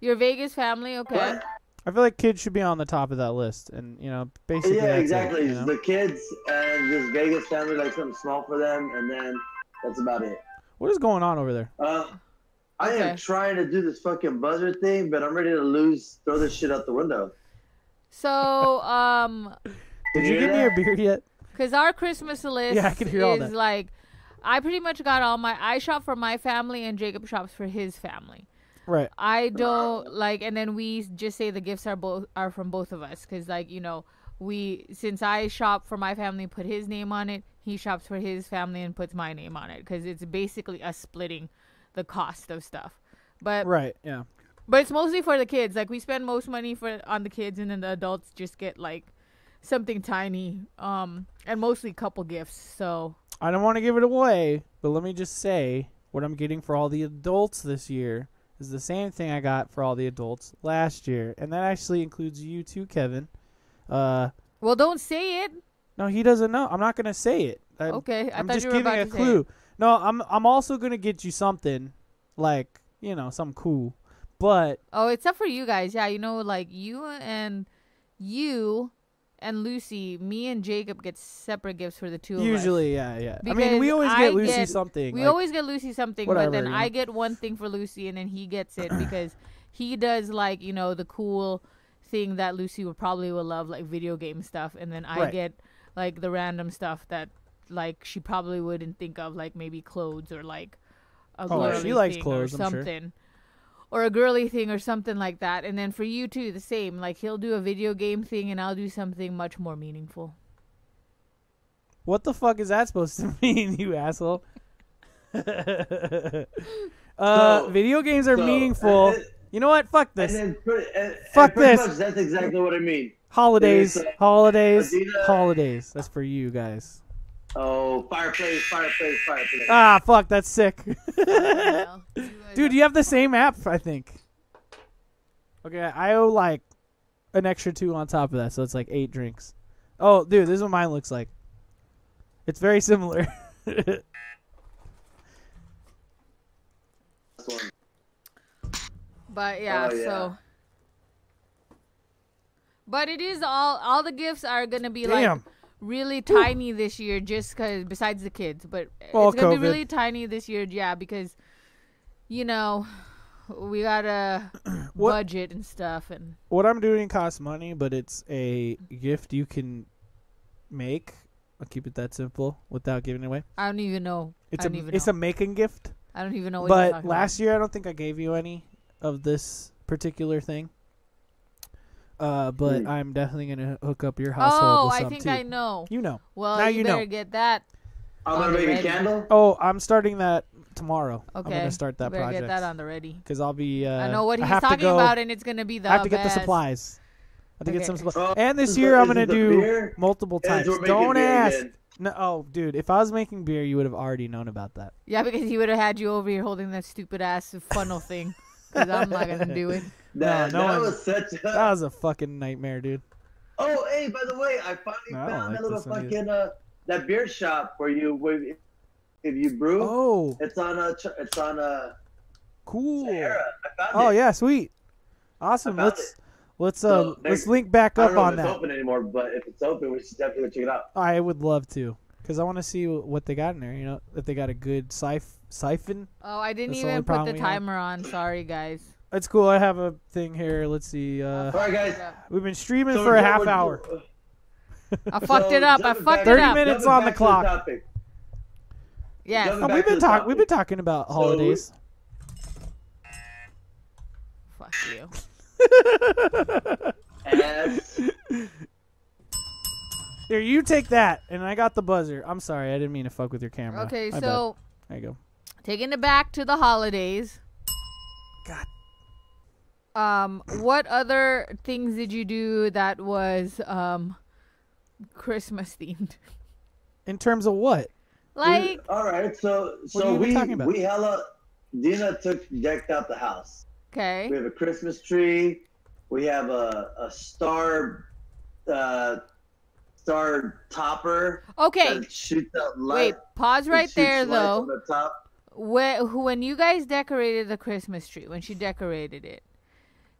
D: your Vegas family, okay?
B: What?
C: I feel like kids should be on the top of that list, and you know, basically.
B: Yeah,
C: that's it,
B: exactly.
C: you know?
B: The kids and this Vegas family, like something small for them, and then that's about it.
C: What is going on over there?
B: Uh, I
D: Okay.
B: am trying to do this fucking buzzer thing, but I'm ready to lose. Throw this shit out the window.
D: So, um
B: Can
C: Did you
B: hear
C: give me
B: that?
C: a beer yet?
D: Because our Christmas list
C: Yeah, I can hear all
D: is
C: that.
D: like, I pretty much got all my. I shop for my family, and Jacob shops for his family.
C: Right.
D: I don't like, and then we just say the gifts are both are from both of us, because like you know, we since I shop for my family, put his name on it. He shops for his family and puts my name on it, because it's basically us splitting the cost of stuff. But
C: Right. Yeah.
D: But it's mostly for the kids. Like we spend most money for on the kids, and then the adults just get like something tiny, um, and mostly couple gifts. So
C: I don't want to give it away, but let me just say what I'm getting for all the adults this year is the same thing I got for all the adults last year, and that actually includes you too, Kevin. Uh,
D: well, don't say it.
C: no, he doesn't know. I'm not gonna say it. I,
D: Okay, I
C: I'm
D: thought
C: just
D: you were
C: giving
D: about
C: a
D: to say
C: clue. No, I'm I'm also gonna get you something, like you know, something cool. But
D: Oh, it's up for you guys. Yeah, you know, like you and you and Lucy, me and Jacob get separate gifts for the two of us.
C: usually, yeah, yeah. I mean,
D: Because
C: we always
D: I
C: get Lucy
D: get-
C: something.
D: We
C: like-
D: always get Lucy something,
C: Whatever,
D: but then
C: you
D: I
C: know.
D: get one thing for Lucy and then he gets it because he does like, you know, the cool thing that Lucy would probably will love, like video game stuff, and then I
C: Right.
D: get like the random stuff that like she probably wouldn't think of, like maybe clothes or like a
C: Oh,
D: girly
C: she likes
D: thing
C: clothes,
D: or
C: I'm sure.
D: something. Or a girly thing or something like that. And then for you too, the same. Like he'll do a video game thing and I'll do something much more meaningful.
C: What the fuck is that supposed to mean, you asshole? uh,
B: So-
C: video games are
B: so-
C: meaningful.
B: and then-
C: you know what? Fuck
B: And
C: this.
B: then, pretty, and,
C: Fuck
B: and pretty
C: this.
B: Much, that's exactly what I mean.
C: holidays,
B: there's, uh,
C: holidays,
B: Adidas.
C: holidays. That's for you guys.
B: Oh, fireplace, fireplace, fireplace.
C: Ah, fuck, that's sick.
D: Well, you guys
C: Dude, you have the same app, I think. Okay, I owe like an extra two on top of that, so it's like eight drinks. Oh, dude, this is what mine looks like. It's very similar.
B: This one.
D: But yeah,
B: Oh, yeah.
D: so. But it is all all the gifts are gonna be like
C: Damn.
D: really tiny this year, just because besides the kids, but
C: Well,
D: it's gonna
C: COVID.
D: be really tiny this year, yeah, because you know we gotta
C: What-
D: budget and stuff, and
C: what I'm doing costs money, but it's a gift you can make. I'll keep it that simple without giving it away.
D: I don't even know.
C: It's
D: I
C: a
D: don't even
C: it's
D: know.
C: a making gift.
D: I don't even know. What you're
C: but
D: talking
C: last year I don't think I gave you any of this particular thing. Uh, but
B: Hmm.
C: I'm definitely gonna hook up your
D: about.
C: household
D: oh,
C: with
D: I
C: some
D: think
C: too.
D: I know.
C: You know.
D: Well,
C: Now
D: you,
C: you know.
D: better get that.
B: I'm
D: On
B: gonna
D: the
B: make a
D: ready.
B: candle.
C: Oh, I'm starting that tomorrow.
D: Okay,
C: I'm gonna start
D: you
C: that
D: better
C: project.
D: Get that on the ready.
C: Cause I'll be. Uh,
D: I know what he's
C: have to
D: talking
C: go-
D: about, and it's gonna be the
C: I have to get the
D: best.
C: supplies. I have to get some
D: Okay.
C: supplies.
B: Oh,
C: And
B: is
C: this
B: it-
C: year
B: is
C: I'm
B: it
C: gonna
B: the
C: do
B: beer?
C: multiple
B: Is
C: times.
B: we're making
C: Don't
B: beer
C: ask.
B: again.
C: No, oh, dude, if I was making beer, you would have already known about that.
D: Yeah, because he would have had you over here holding that stupid ass funnel thing. Because I'm not gonna do it.
B: That,
C: no
B: that
C: one-
B: was such a.
C: That was a fucking nightmare, dude.
B: Oh, hey, by the way, I finally
C: No, I don't
B: found
C: like
B: that little
C: this one either.
B: fucking uh, that beer shop where you where you- if you brew,
C: Oh,
B: it's on a tr- it's on a
C: cool.
B: Sierra. I found
C: Oh
B: it.
C: yeah, sweet. Awesome.
B: found
C: Let's let's uh
B: So, there-
C: let's link back
B: I
C: up
B: don't know
C: on
B: if it's
C: that.
B: open anymore, but if it's open, we should definitely go check it out.
C: I would love to, cause I want to see what they got in there. You know, if they got a good siph- siphon.
D: Oh, I didn't
C: That's the only
D: even put
C: problem we
D: the
C: have.
D: timer on. Sorry, guys.
C: It's cool. I have a thing here. Let's see. Uh,
B: All right, guys.
D: Yeah.
C: we've been streaming
B: So
C: for
B: we're
C: a half
B: doing-
C: hour.
D: I fucked it up. I
B: jumping
D: fucked
B: back-
D: it
C: 30
D: up.
C: minutes.
B: jumping
C: on the
B: back to
C: clock.
B: topic.
D: Yes.
B: Jumping
C: Oh, we've
B: back to
C: been
B: the
C: talking. We've been
B: topic.
C: talking about holidays.
D: Fuck you.
B: Ass.
C: Here, you take that, and I got the buzzer. I'm sorry, I didn't mean to fuck with your camera.
D: Okay,
C: I bet.
D: so
C: there you go.
D: taking it back to the holidays.
C: God.
D: Um, what other things did you do that was um Christmas themed?
C: In terms of what?
D: Like,
B: all right, so
C: are
B: so
C: you even
B: we
C: talking about?
B: we hella Dina took decked out the house.
D: okay,
B: We have a Christmas tree. We have a, a star uh, star topper
D: okay.
B: that shoots out light.
D: Wait, pause
B: that
D: right
B: shoots
D: there
B: lights
D: though.
B: on the top.
D: Wh- who- when you guys decorated the Christmas tree, when she decorated it,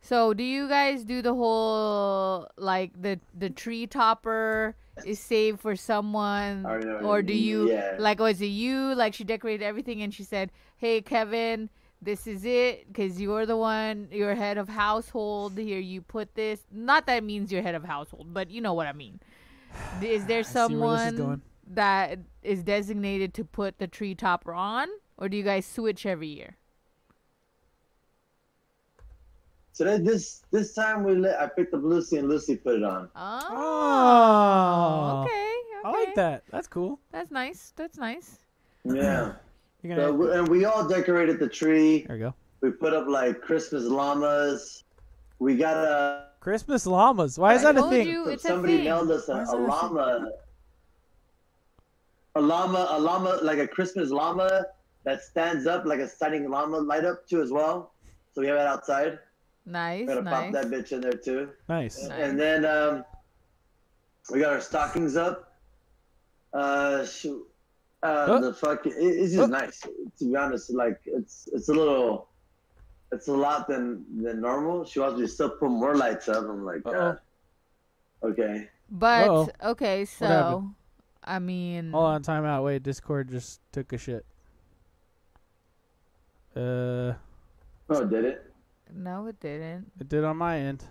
D: so do you guys do the whole like the the tree topper is saved for someone,
B: I know,
D: or do you
B: yeah.
D: like, or is it you like she decorated everything and she said, "Hey, Kevin." This is it, cause you're the one, you're head of household. Here, you put this. Not that it means you're head of household, but you know what I mean. Is
C: see where
D: there
C: this is
D: someone
C: going.
D: that is designated to put the tree topper on, or do you guys switch every year?
B: So then this this time we let, I picked up Lucy and Lucy put it on.
D: Oh,
C: Oh,
D: okay,
C: I like
D: okay.
C: that. That's cool.
D: That's nice. That's nice.
B: Yeah.
C: You're
B: So
C: gonna.
B: we, and we all decorated the tree.
C: There we go.
B: We put up like Christmas llamas. We got a.
C: Christmas llamas. Why is that a
D: told
C: thing?
D: you it's a
B: somebody
D: thing.
B: mailed us a,
C: Why is
B: a
C: that a thing?
B: llama. A llama, a llama, like a Christmas llama that stands up like a standing llama light up too as well. So we have it outside.
D: Nice,
B: We're gonna
D: nice.
B: pop that bitch in there too.
C: Nice.
B: And then um, we got our stockings up. Uh, shoot. Uh,
C: Oh.
B: The fuck, it, it's just nice. To be honest, like it's it's a little, it's a lot than than normal. She wants me to still put more lights up. I'm like,
C: Uh-oh.
B: God. okay.
D: But
C: Uh-oh.
D: okay, so
C: happened?
D: I mean,
C: Hold on, time out. Wait, Discord just took a shit. Uh,
B: Oh, did it?
D: no, it didn't.
C: it did on my end.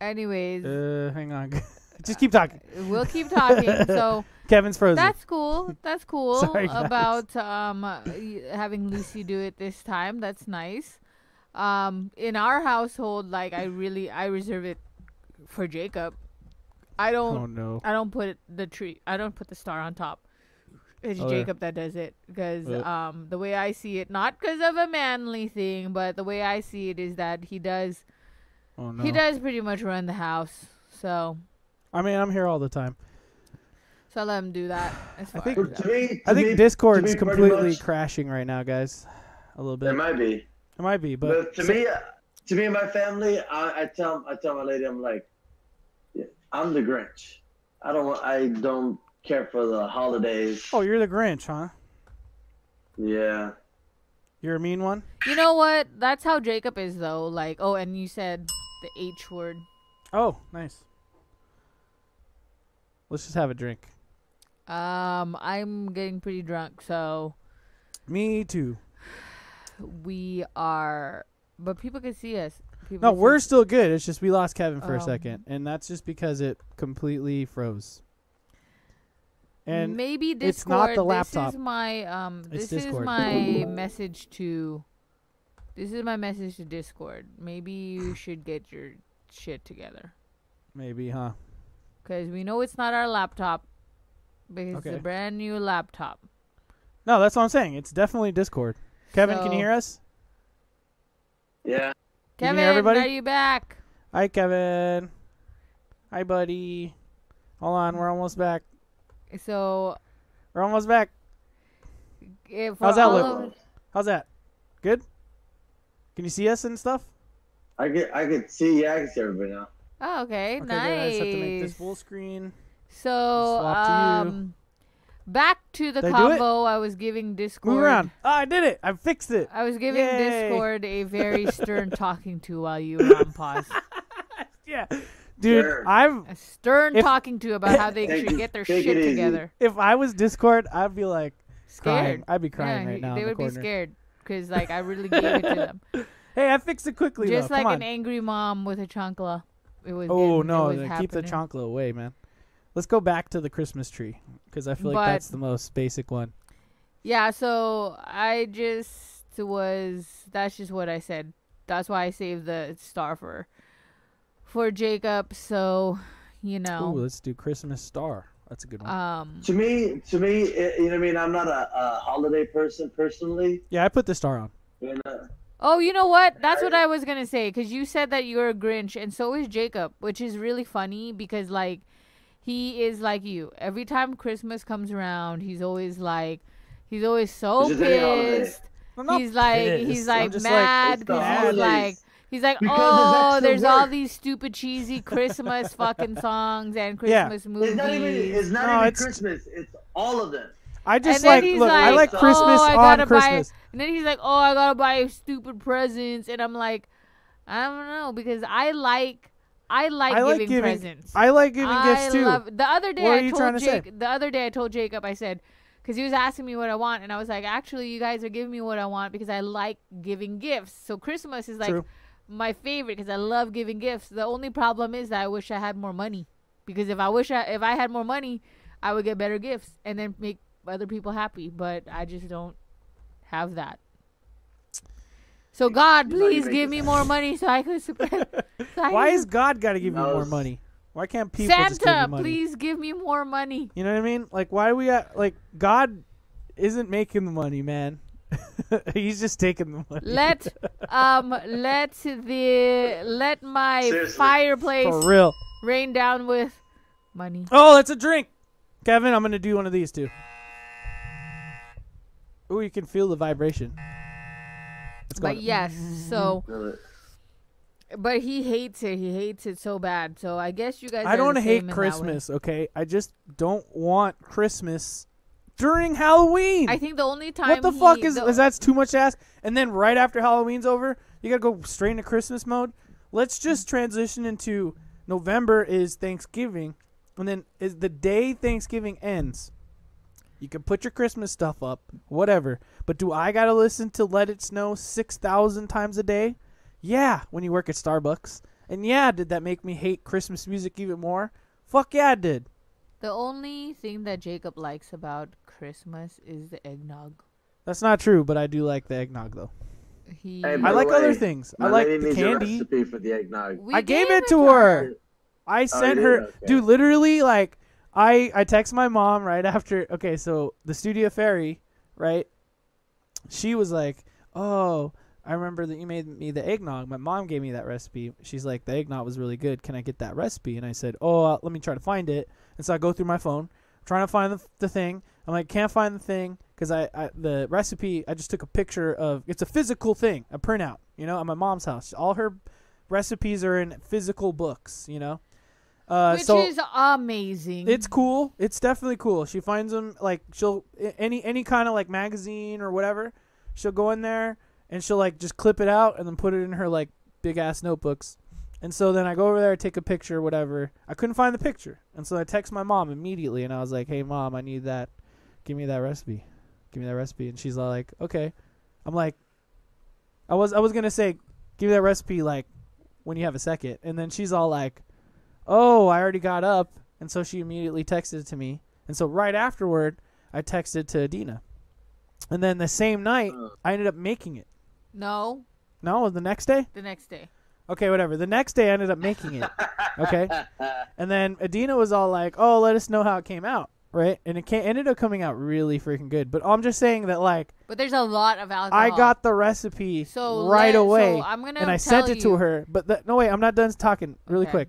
D: Anyways,
C: Uh, hang on. just keep talking.
D: we'll keep talking. So
C: Kevin's frozen.
D: that's cool. That's cool
C: Sorry, guys.
D: about um y- having Lucy do it this time. That's nice. Um, in our household, like I really I reserve it for Jacob. I don't.
C: oh no.
D: I don't put the tree. I don't put the star on top. It's
C: Oh, yeah.
D: Jacob that does it because
C: Uh.
D: um, the way I see it, not because of a manly thing, but the way I see it is that he does.
C: Oh no.
D: He does pretty much run the house, so
C: I mean, I'm here all the time.
D: so I let him do that. As far
C: think-
D: as
B: To me,
C: I
B: to me-
C: think
B: to
C: Discord's
B: me, pretty
C: completely
B: much-
C: crashing right now, guys. A little bit.
B: It might be.
C: It might be,
B: But,
C: but
B: to me, to me and my family, I, I tell I tell my lady, I'm like, yeah, I'm the Grinch. I don't want- I don't care for the holidays.
C: oh, you're the Grinch, huh?
B: Yeah.
C: You're a mean one.
D: you know what? That's how Jacob is though. Like oh, and you said the H word.
C: Oh, nice. Let's just have a drink.
D: Um, I'm getting pretty drunk, so
C: Me too.
D: we are. But people can see us. People
C: No,
D: can see-
C: we're still good. It's just we lost Kevin for a
D: Oh.
C: second, and that's just because it completely froze. And
D: maybe Discord.
C: it's not the
D: This
C: laptop.
D: is my um.
C: It's
D: This is
C: Discord.
D: my message to. This is my message to Discord. Maybe you should get your shit together,
C: maybe, huh?
D: because we know it's not our laptop, because it's
C: Okay.
D: a brand new laptop.
C: No, that's what I'm saying. It's definitely Discord. Kevin, can
D: So-
C: you hear us?
B: Yeah.
C: You can
D: Kevin,
C: hear everybody?
D: are you back?
C: Hi, Kevin. Hi, buddy. Hold on, we're almost back.
D: So
C: We're almost back.
D: if
C: How's
D: eh, for
C: that
D: all
C: look?
D: of-
C: How's that? Good. Can you see us and stuff?
B: I could I could see yeah, I can see everybody now.
D: Oh,
C: Okay,
D: okay, nice.
C: good. I just have to make this full screen.
D: So
C: Swap to you.
D: um, back to the
C: Did I do it?
D: combo I was giving Discord.
C: Move around. Ah, I did it. I fixed it.
D: I was giving
C: Yay.
D: Discord a very stern talking to while you were on pause.
C: Yeah, dude.
B: Sure.
C: I've
D: A stern
C: If-
D: talking to about how they
B: Take
D: should
B: it-
D: get their
B: take
D: shit
B: it easy.
D: together.
C: if I was Discord, I'd be like
D: Scared.
C: crying. I'd be crying
D: yeah,
C: right
D: he-
C: now.
D: They
C: in the
D: would
C: corner.
D: be scared because, like, I really gave it to them.
C: Hey, I fixed it quickly.
D: Just
C: though.
D: like
C: Come on.
D: an angry mom with a chancla. It was.
C: Oh
D: getting- it
C: no,
D: was
C: then keep the
D: happening.
C: chonkla away, man. Let's go back to the Christmas tree because I feel like
D: But-
C: that's the most basic one.
D: Yeah, so I just was. That's just what I said. That's why I saved the star for, for Jacob. So, you
C: Ooh,
D: know,
C: let's do Christmas star. That's a good one.
D: um,
B: To me, to me, it, you know what I mean. I'm not a, a holiday person personally.
C: yeah, I put the star on.
B: You know?
D: Oh, you know what? That's what I was gonna say because you said that you're a Grinch, and so is Jacob, which is really funny because like he is like you. Every time Christmas comes around, he's always like, he's always so
B: It's just any holiday.
D: pissed.
C: I'm not
D: He's like,
C: pissed.
D: he's
C: I'm
D: like
C: just
D: mad
B: It's the
D: because he's
B: holidays.
D: like. He's like,
B: Because there's
D: oh,
B: extra
D: there's all
B: work."
D: these stupid cheesy Christmas fucking songs and
C: Yeah.
D: Christmas movies.
B: It's not even. It's not
C: No,
B: even
C: it's-
B: Christmas. It's all of them.
C: I
D: and
C: just
D: then
C: like
D: he's
C: look. I like
D: oh,
C: Christmas
D: I
C: on
D: gotta
C: Christmas.
D: Buy, and then he's like, oh, I gotta buy stupid presents, and I'm like, I don't know because I like, I like,
C: I like
D: giving,
C: giving.
D: presents.
C: I like giving
D: I
C: gifts too.
D: love- the other day
C: What are
D: I
C: you
D: told
C: trying to say?
D: Jake, the other day I told Jacob, I said, because he was asking me what I want, and I was like, actually, you guys are giving me what I want because I like giving gifts. So Christmas is like
C: True.
D: my favorite because I love giving gifts. The only problem is that I wish I had more money because if I wish I if I had more money, I would get better gifts and then make other people happy. But I just don't have that. So God,
B: You know you
D: please
B: make
D: give
B: it
D: me
B: that.
D: more money so I could. support- so I
C: Why
D: can-
C: is God got to give you
B: No.
C: more money? Why can't people just give you
D: Santa?
C: money?
D: Please give me more money.
C: uh, You know what I mean? Like, why do we got like God isn't making the money, man. He's just taking the money.
D: Let um let the let my
B: Seriously.
D: fireplace
C: For real.
D: rain down with money.
C: Oh, that's a drink. Kevin, I'm gonna do one of these too. Ooh, you can feel the vibration. It's
D: But
C: going-
D: yes, so
B: Love it.
D: but he hates it. He hates it so bad. So I guess you guys.
C: I
D: are
C: don't
D: the
C: hate
D: same in that way.
C: Christmas, okay? I just don't want Christmas during Halloween.
D: I think the only time.
C: what the
D: he-
C: fuck is,
D: the-
C: is that's too much to ask? And then right after Halloween's over, you gotta go straight into Christmas mode. Let's just transition into November is Thanksgiving, and then is the day Thanksgiving ends. You can put your Christmas stuff up, whatever. But do I gotta listen to Let It Snow six thousand times a day? Yeah, when you work at Starbucks. And yeah, did that make me hate Christmas music even more? Fuck yeah, it did.
D: The only thing that Jacob likes about Christmas is the eggnog.
C: That's not true, but I do like the eggnog though.
D: He.
B: Hey,
C: I
B: by the
C: like other
B: way,
C: things. I
B: My
C: like
B: lady
C: the
B: needs a
C: candy.
B: recipe for the eggnog.
D: We
C: I gave it to
D: to
C: her. I sent
B: did?
C: her,
B: Okay.
C: dude. Literally, like, I I text my mom right after. Okay, so the studio fairy, right? She was like, "Oh, I remember that you made me the eggnog. My mom gave me that recipe. She's like, the eggnog was really good. Can I get that recipe?" And I said, "Oh, uh, let me try to find it." And so I go through my phone, trying to find the, the thing. I'm like, can't find the thing because I, I the recipe. I just took a picture of. It's a physical thing, a printout. You know, at my mom's house. All her recipes are in physical books. You know, uh,
D: Which
C: so
D: is amazing.
C: it's cool. It's definitely cool. She finds them like she'll a- any any kind of like magazine or whatever. She'll go in there and she'll like just clip it out and then put it in her like big ass notebooks. And so then I go over there, I take a picture, whatever. I couldn't find the picture, and so I text my mom immediately, and I was like, "Hey mom, I need that. Give me that recipe. Give me that recipe." And she's all like, "Okay." I'm like, I was I was gonna say, "Give me that recipe like when you have a second. and then she's all like, "Oh, I already got up," and so she immediately texted it to me, and so right afterward, I texted to Adina, and then the same night, I ended up making it.
D: no,
C: No, the next day.
D: the next day.
C: Okay, whatever. The next day, I ended up making it. Okay, and then Adina was all like, "Oh, let us know how it came out." Right, and it ca- ended up coming out really freaking good. But I'm just saying that, like,
D: But there's a lot of alcohol.
C: I got the recipe
D: So
C: right
D: let- so
C: away,
D: I'm gonna
C: and I sent
D: tell
C: it to
D: you-
C: her. But the, no, wait, I'm not done talking. Really
D: Okay.
C: quick,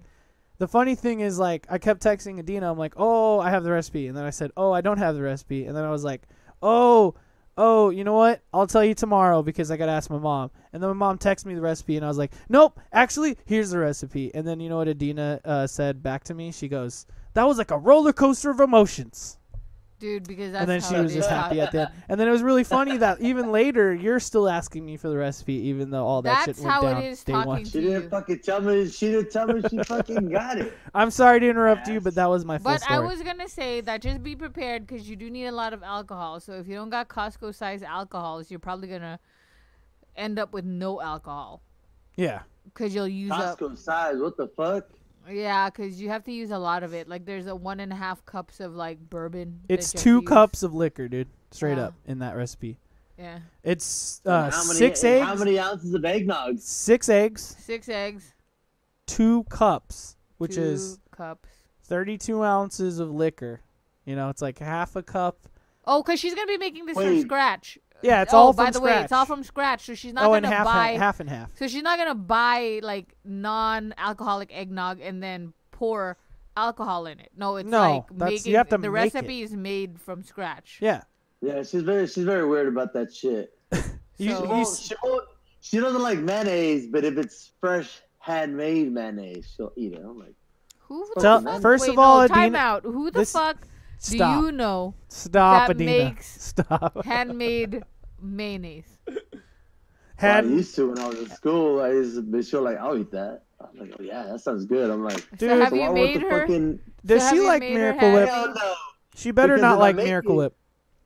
C: the funny thing is, like, I kept texting Adina. I'm like, "Oh, I have the recipe," and then I said, "Oh, I don't have the recipe," and then I was like, "Oh, oh, you know what? I'll tell you tomorrow because I gotta ask my mom." And then my mom texted me the recipe, and I was like, "Nope, actually, here's the recipe." And then you know what Adina uh, said back to me? She goes, "That was like a roller coaster of emotions."
D: dude because that's
C: and then
D: how
C: she
D: it
C: was just
D: is.
C: happy at the end. And then it was really funny that even later you're still asking me for the recipe, even though all that
D: That's
C: shit went
D: how it
C: down
D: is
C: day
D: talking
C: one.
D: to
B: She didn't fucking tell me. She didn't tell me she fucking got it.
C: I'm sorry to interrupt you, but that was my full
D: But
C: story.
D: I was gonna say that just be prepared because you do need a lot of alcohol. So if you don't got Costco size alcohols, you're probably gonna end up with no alcohol
C: yeah,
D: because you'll use up.
B: Costco size. What the fuck?
D: Yeah, because you have to use a lot of it. Like there's a one and a half cups of like bourbon. that
C: it's
D: you have
C: two
D: to use.
C: cups of liquor, dude, straight
D: Yeah.
C: up in that recipe.
D: Yeah,
C: It's uh,
B: And how many,
C: six
B: and
C: eggs,
B: How many ounces of eggnog?
C: six eggs,
D: six eggs,
C: two cups, which
D: two
C: is
D: cups.
C: 32 ounces of liquor. You know, it's like half a cup.
D: Oh, because she's gonna be making this from
B: Wait.
D: scratch.
C: Yeah, it's
D: oh,
C: all
D: by
C: from
D: the way, it's
C: scratch.
D: all from scratch. So she's not
C: oh,
D: gonna
C: and half,
D: buy
C: half and half.
D: So she's not gonna buy like non-alcoholic eggnog and then pour alcohol in it. No, it's
C: No,
D: like
C: that's- you
D: making
C: have to
D: the
C: make it.
D: recipe is made from scratch.
C: Yeah.
B: Yeah, she's very she's very weird about that shit.
C: You-
D: So-
B: She
C: you
B: won't,
C: s-
B: she won't. She doesn't like mayonnaise, but if it's fresh handmade mayonnaise, she'll eat it. I'm like,
D: Who the
C: Tell-
D: fuck?
C: first
D: Wait,
C: of all,
D: no,
C: Adina-
D: time out. Who the
C: this-
D: fuck
C: stop.
D: do you know
C: Stop,
D: that
C: Adina.
D: makes
C: Stop.
D: handmade mayonnaise?
B: well,
C: Had
B: I used to when I was in school. I used to be sure like I'll eat that. I'm like, oh yeah, that sounds good. I'm like,
C: Dude,
D: so have
B: so
D: you
B: why
D: made
B: would the
D: her?
B: fucking
C: Does
D: have
C: she
D: you
C: like
D: made her
C: Miracle
D: have
C: Whip?
D: any-
B: hell no?
C: She better
B: Because
C: not
B: if I
C: like
B: make
C: Miracle
B: it-
C: Whip.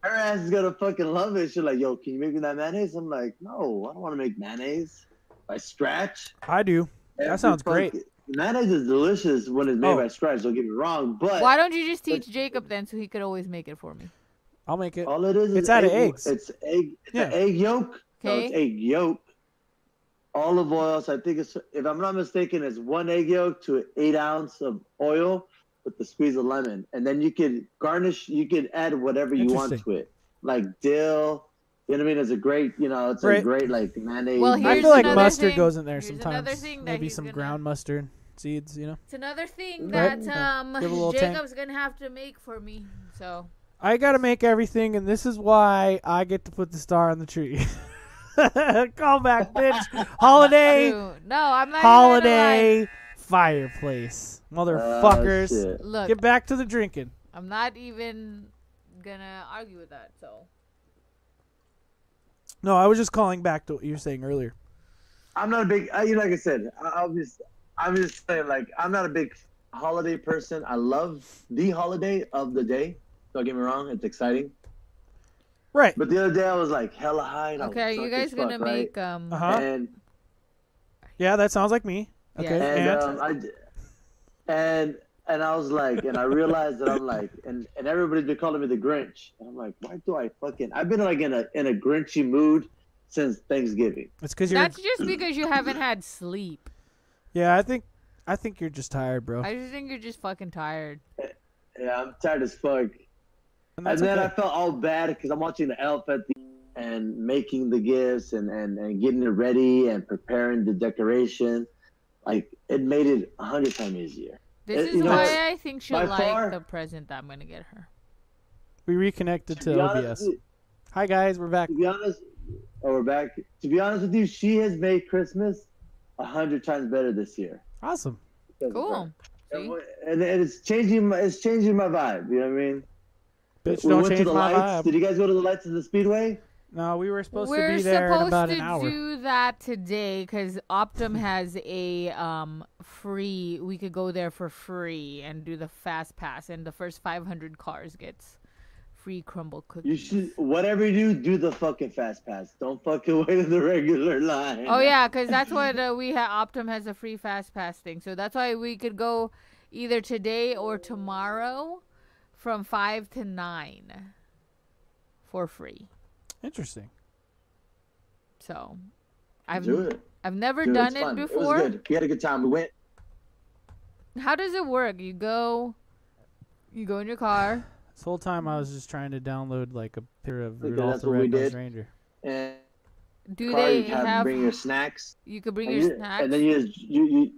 B: Her ass is gonna fucking love it. She's like, yo, can you make me that mayonnaise? I'm like, no, I don't want to make mayonnaise by scratch.
C: I do.
B: Every
C: That sounds
B: fucking-
C: great.
B: Mayonnaise is delicious when it's made
C: Oh.
B: by scratch. Don't get me wrong, but
D: Why don't you just teach Jacob then, so he could always make it for me?
C: I'll make it.
B: all it is is
C: It's out of
B: egg-
C: eggs.
B: It's egg. It's
C: Yeah.
B: an egg yolk. No, it's
D: Okay.
B: egg yolk. Olive oil. So I think it's, if I'm not mistaken, it's one egg yolk to eight ounce of oil with the squeeze of lemon, and then you could garnish. You could add whatever you want
C: Interesting.
B: to it, like dill. You know what I mean? It's a great, you know, it's a
C: Right.
B: great like mayonnaise.
D: Well,
C: I
D: Here's
C: feel like
D: another
C: mustard
D: thing-
C: goes in there
D: here's
C: sometimes.
D: another thing that
C: Maybe
D: he's
C: some
D: gonna-
C: ground mustard seeds, you know.
D: It's another thing
B: Right.
D: that um
C: Give a little tank.
D: Jacob's gonna have to make for me. So
C: I gotta make everything, and this is why I get to put the star on the tree. Call back, bitch. Holiday,
D: True. no, I'm not. even gonna lie.
C: holiday, fireplace,
B: Oh,
C: motherfuckers.
B: shit.
D: Look,
C: get back to the drinking.
D: I'm not even gonna argue with that. So
C: No, I was just calling back to what you were saying earlier.
B: I'm not a big, I, you know, like I said, I, I'm just, I'm just saying, like, I'm not a big holiday person. I love the holiday of the day. Don't get me wrong, it's exciting.
C: Right.
B: But the other day I was like hella high. And I was
D: okay, are you
B: drunk
D: guys
B: as fuck,
D: gonna
B: right?
D: make um?
C: Uh huh.
B: And
C: Yeah, that sounds like me. Okay.
D: Yeah.
B: and
C: And,
B: um, I d- and and I was like, and I realized that I'm like, and and everybody's been calling me the Grinch, and I'm like, why do I fucking? I've been like in a in a Grinchy mood since Thanksgiving.
C: it's because you're.
D: That's just because you haven't had sleep.
C: Yeah, I think, I think you're just tired, bro.
D: I just think you're just fucking tired.
B: Yeah, I'm tired as fuck.
C: and
B: And
C: that's
B: then I
C: okay.
B: felt all bad because I'm watching the elf at the and making the gifts and, and, and getting it ready and preparing the decoration. Like it made it a hundred times easier.
D: This
B: Uh,
D: is
B: you know,
D: why I think she'll
B: by
D: like
B: far-
D: the present that I'm gonna get her.
C: We reconnected to
B: be honest,
C: OBS. Hi guys, we're back.
B: to be honest, oh, we're back. To be honest with you, she has made Christmas a hundred times better this year.
C: Awesome.
B: because of
D: Cool.
B: her.
D: See?
B: And, what- and, and it's changing. My, it's changing my vibe. You know what I mean?
C: Bitch,
B: We
C: don't
B: went to
C: change
B: the
C: my
B: lights.
C: vibe.
B: Did you guys go to the lights of the speedway?
C: No, we were supposed
D: We're
C: to be there in
D: supposed
C: about
D: to
C: an hour.
D: do that today because Optum has a um free. We could go there for free and do the fast pass, and the first 500 cars gets free crumble cookies.
B: You should. Whatever you do, do the fucking fast pass. Don't fucking wait in the regular line.
D: Oh yeah, because that's what uh, we have. Optum has a free fast pass thing, so that's why we could go either today or tomorrow from five to nine for free.
C: Interesting.
D: So I've
B: Do it.
D: I've never
B: Do it.
D: done
B: It's
D: it
B: fun.
D: before.
B: It was good. We had a good time. We went.
D: How does it work? You go, you go in your car.
C: This whole time I was just trying to download like a picture of
B: Okay,
C: Rudolph
B: that's
C: the
B: what we
C: Red-Nosed
B: did.
C: Ranger.
B: And
D: Do
B: car,
D: they
B: you have,
D: have?
B: bring your snacks.
D: you could bring
B: and,
D: your
B: you-
D: snacks.
B: and then you just you, you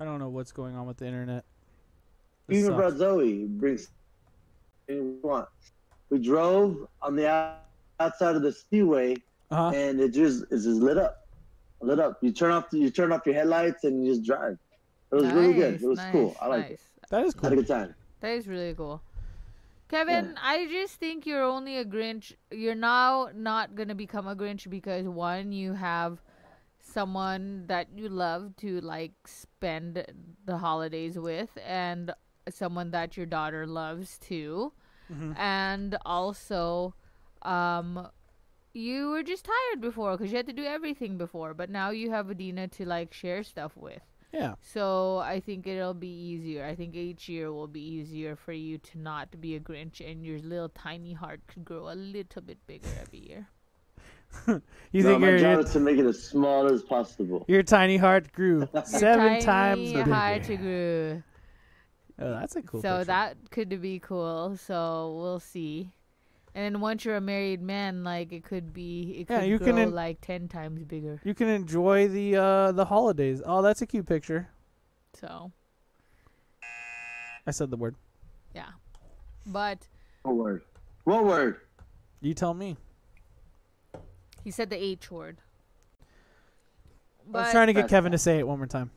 C: I don't know what's going on with the internet. This
B: You even brought
C: sucks.
B: Zoe. Brings anything you want. We drove on the out- outside of the speedway,
C: Uh-huh.
B: and it just it's just lit up, lit up. You turn off you turn off your headlights, and you just drive. It was really good.
D: Nice,
B: It was
D: nice,
B: cool. I liked it.
D: nice.
C: That is
B: Had a
C: cool.
B: good time.
D: That is really cool. Kevin, I just think you're only a Grinch. You're now not going to become a Grinch because one, you have someone that you love to like spend the holidays with and someone that your daughter loves too.
C: Mm-hmm.
D: And also um you were just tired before because you had to do everything before, but now you have Adina to like share stuff with.
C: Yeah.
D: So I think it'll be easier. I think each year will be easier for you to not be a Grinch, and your little tiny heart could grow a little bit bigger every year.
C: You
B: no,
C: think
B: my
C: your
B: job
C: your,
B: is to make it as small as possible.
C: your tiny heart grew
D: Your
C: seven
D: tiny
C: times bigger.
D: heart to grow.
C: Oh, that's a cool.
D: so
C: picture.
D: that could be cool. So we'll see. And then once you're a married man, like it could be, it could
C: Yeah, you
D: grow
C: can en-
D: like ten times bigger.
C: you can enjoy the uh the holidays. Oh, that's a cute picture.
D: So
C: I said the word.
D: yeah, but
B: One word. One word.
C: You tell me.
D: he said the H word.
C: I was
D: But-
C: trying to get Kevin to say it one more time.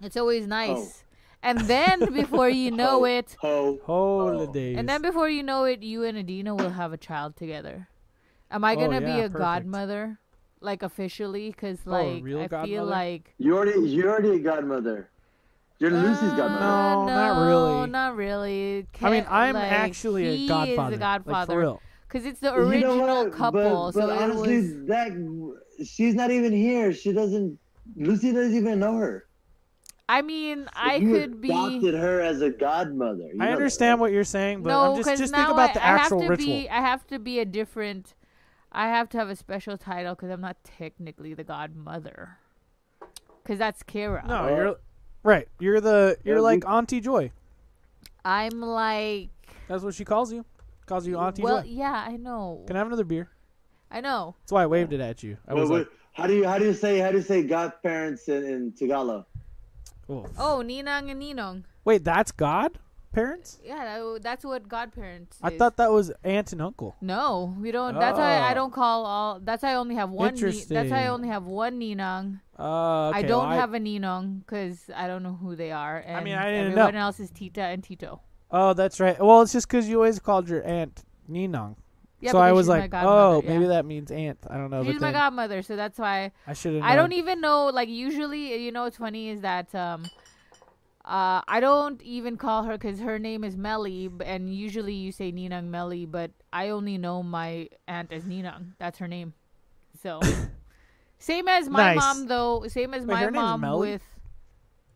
D: It's always nice.
C: Oh.
D: And then before you know
B: Ho,
D: it,
B: Ho.
C: Holidays.
D: Oh, and then before you know it, you and Adina will have a child together. Am I
C: Oh, yeah,
D: gonna be a
C: perfect. Oh,
D: godmother, like officially? Because like
C: real
D: I
C: godmother?
D: feel like
B: You already you already a godmother. You're Lucy's
D: Uh,
B: godmother.
C: No, not really.
D: not really.
C: I mean,
D: Can't-
C: I'm
D: like,
C: actually
D: he
C: a
D: is
C: godfather.
D: a
C: Like, for
D: godfather.
C: real.
D: Because it's the
B: You
D: original
B: know what? But-
D: couple,
B: but
D: so it
B: honestly,
D: was.
B: that she's not even here. She doesn't. Lucy doesn't even know her.
D: I mean, I
B: you
D: could be.
B: adopted her as a godmother. You know
C: I
B: that,
C: understand
B: right?
C: what you're saying, but
D: no,
C: I'm just
D: because
C: just
D: now
C: think about
D: I,
C: the
D: I
C: actual
D: have to
C: ritual.
D: be I have to be a different. I have to have a special title because I'm not technically the godmother. Because that's Kara.
C: No,
B: Well-
C: you're right. You're the you're
B: Yeah, we-
C: like Auntie Joy.
D: I'm like
C: That's what she calls you. cause you autism?
D: Well, yeah, I know.
C: Can I have another beer?
D: I know.
C: That's why I waved it at you. I
B: Wait,
C: was
B: wait,
C: like,
B: how do you how do you say how do you say godparents in, in Tagalog?
C: oh.
D: Oh, ninang and ninong.
C: wait, that's God parents?
D: Yeah, that, that's what godparents.
C: I
D: is.
C: thought that was aunt and uncle.
D: No, we don't. That's why I
C: Oh.
D: don't call all. That's why I only have one. Ni- that's why I
C: Interesting.
D: only have one ninang.
C: Uh, okay,
D: I don't
C: well,
D: have a ninong because I don't know who they are, and
C: mean, I didn't
D: everyone
C: know.
D: else is tita and tito.
C: Oh, that's right. Well, it's just because you always called your aunt Ninong.
D: Yeah,
C: so I
D: because
C: was
D: she's my
C: like,
D: godmother,
C: oh, maybe
D: yeah.
C: that means aunt. I don't know.
D: She's
C: but
D: my
C: then
D: godmother, so that's why
C: I should have.
D: I don't even know. Like usually, uh, you know, what's funny is that um, uh, I don't even call her because her name is Melly, b- and usually you say Ninang Melly, but I only know my aunt as Ninang. That's her name. So, same as my
C: Nice.
D: mom though. Same as
C: Wait,
D: my
C: her name's
D: mom
C: Melly?
D: with.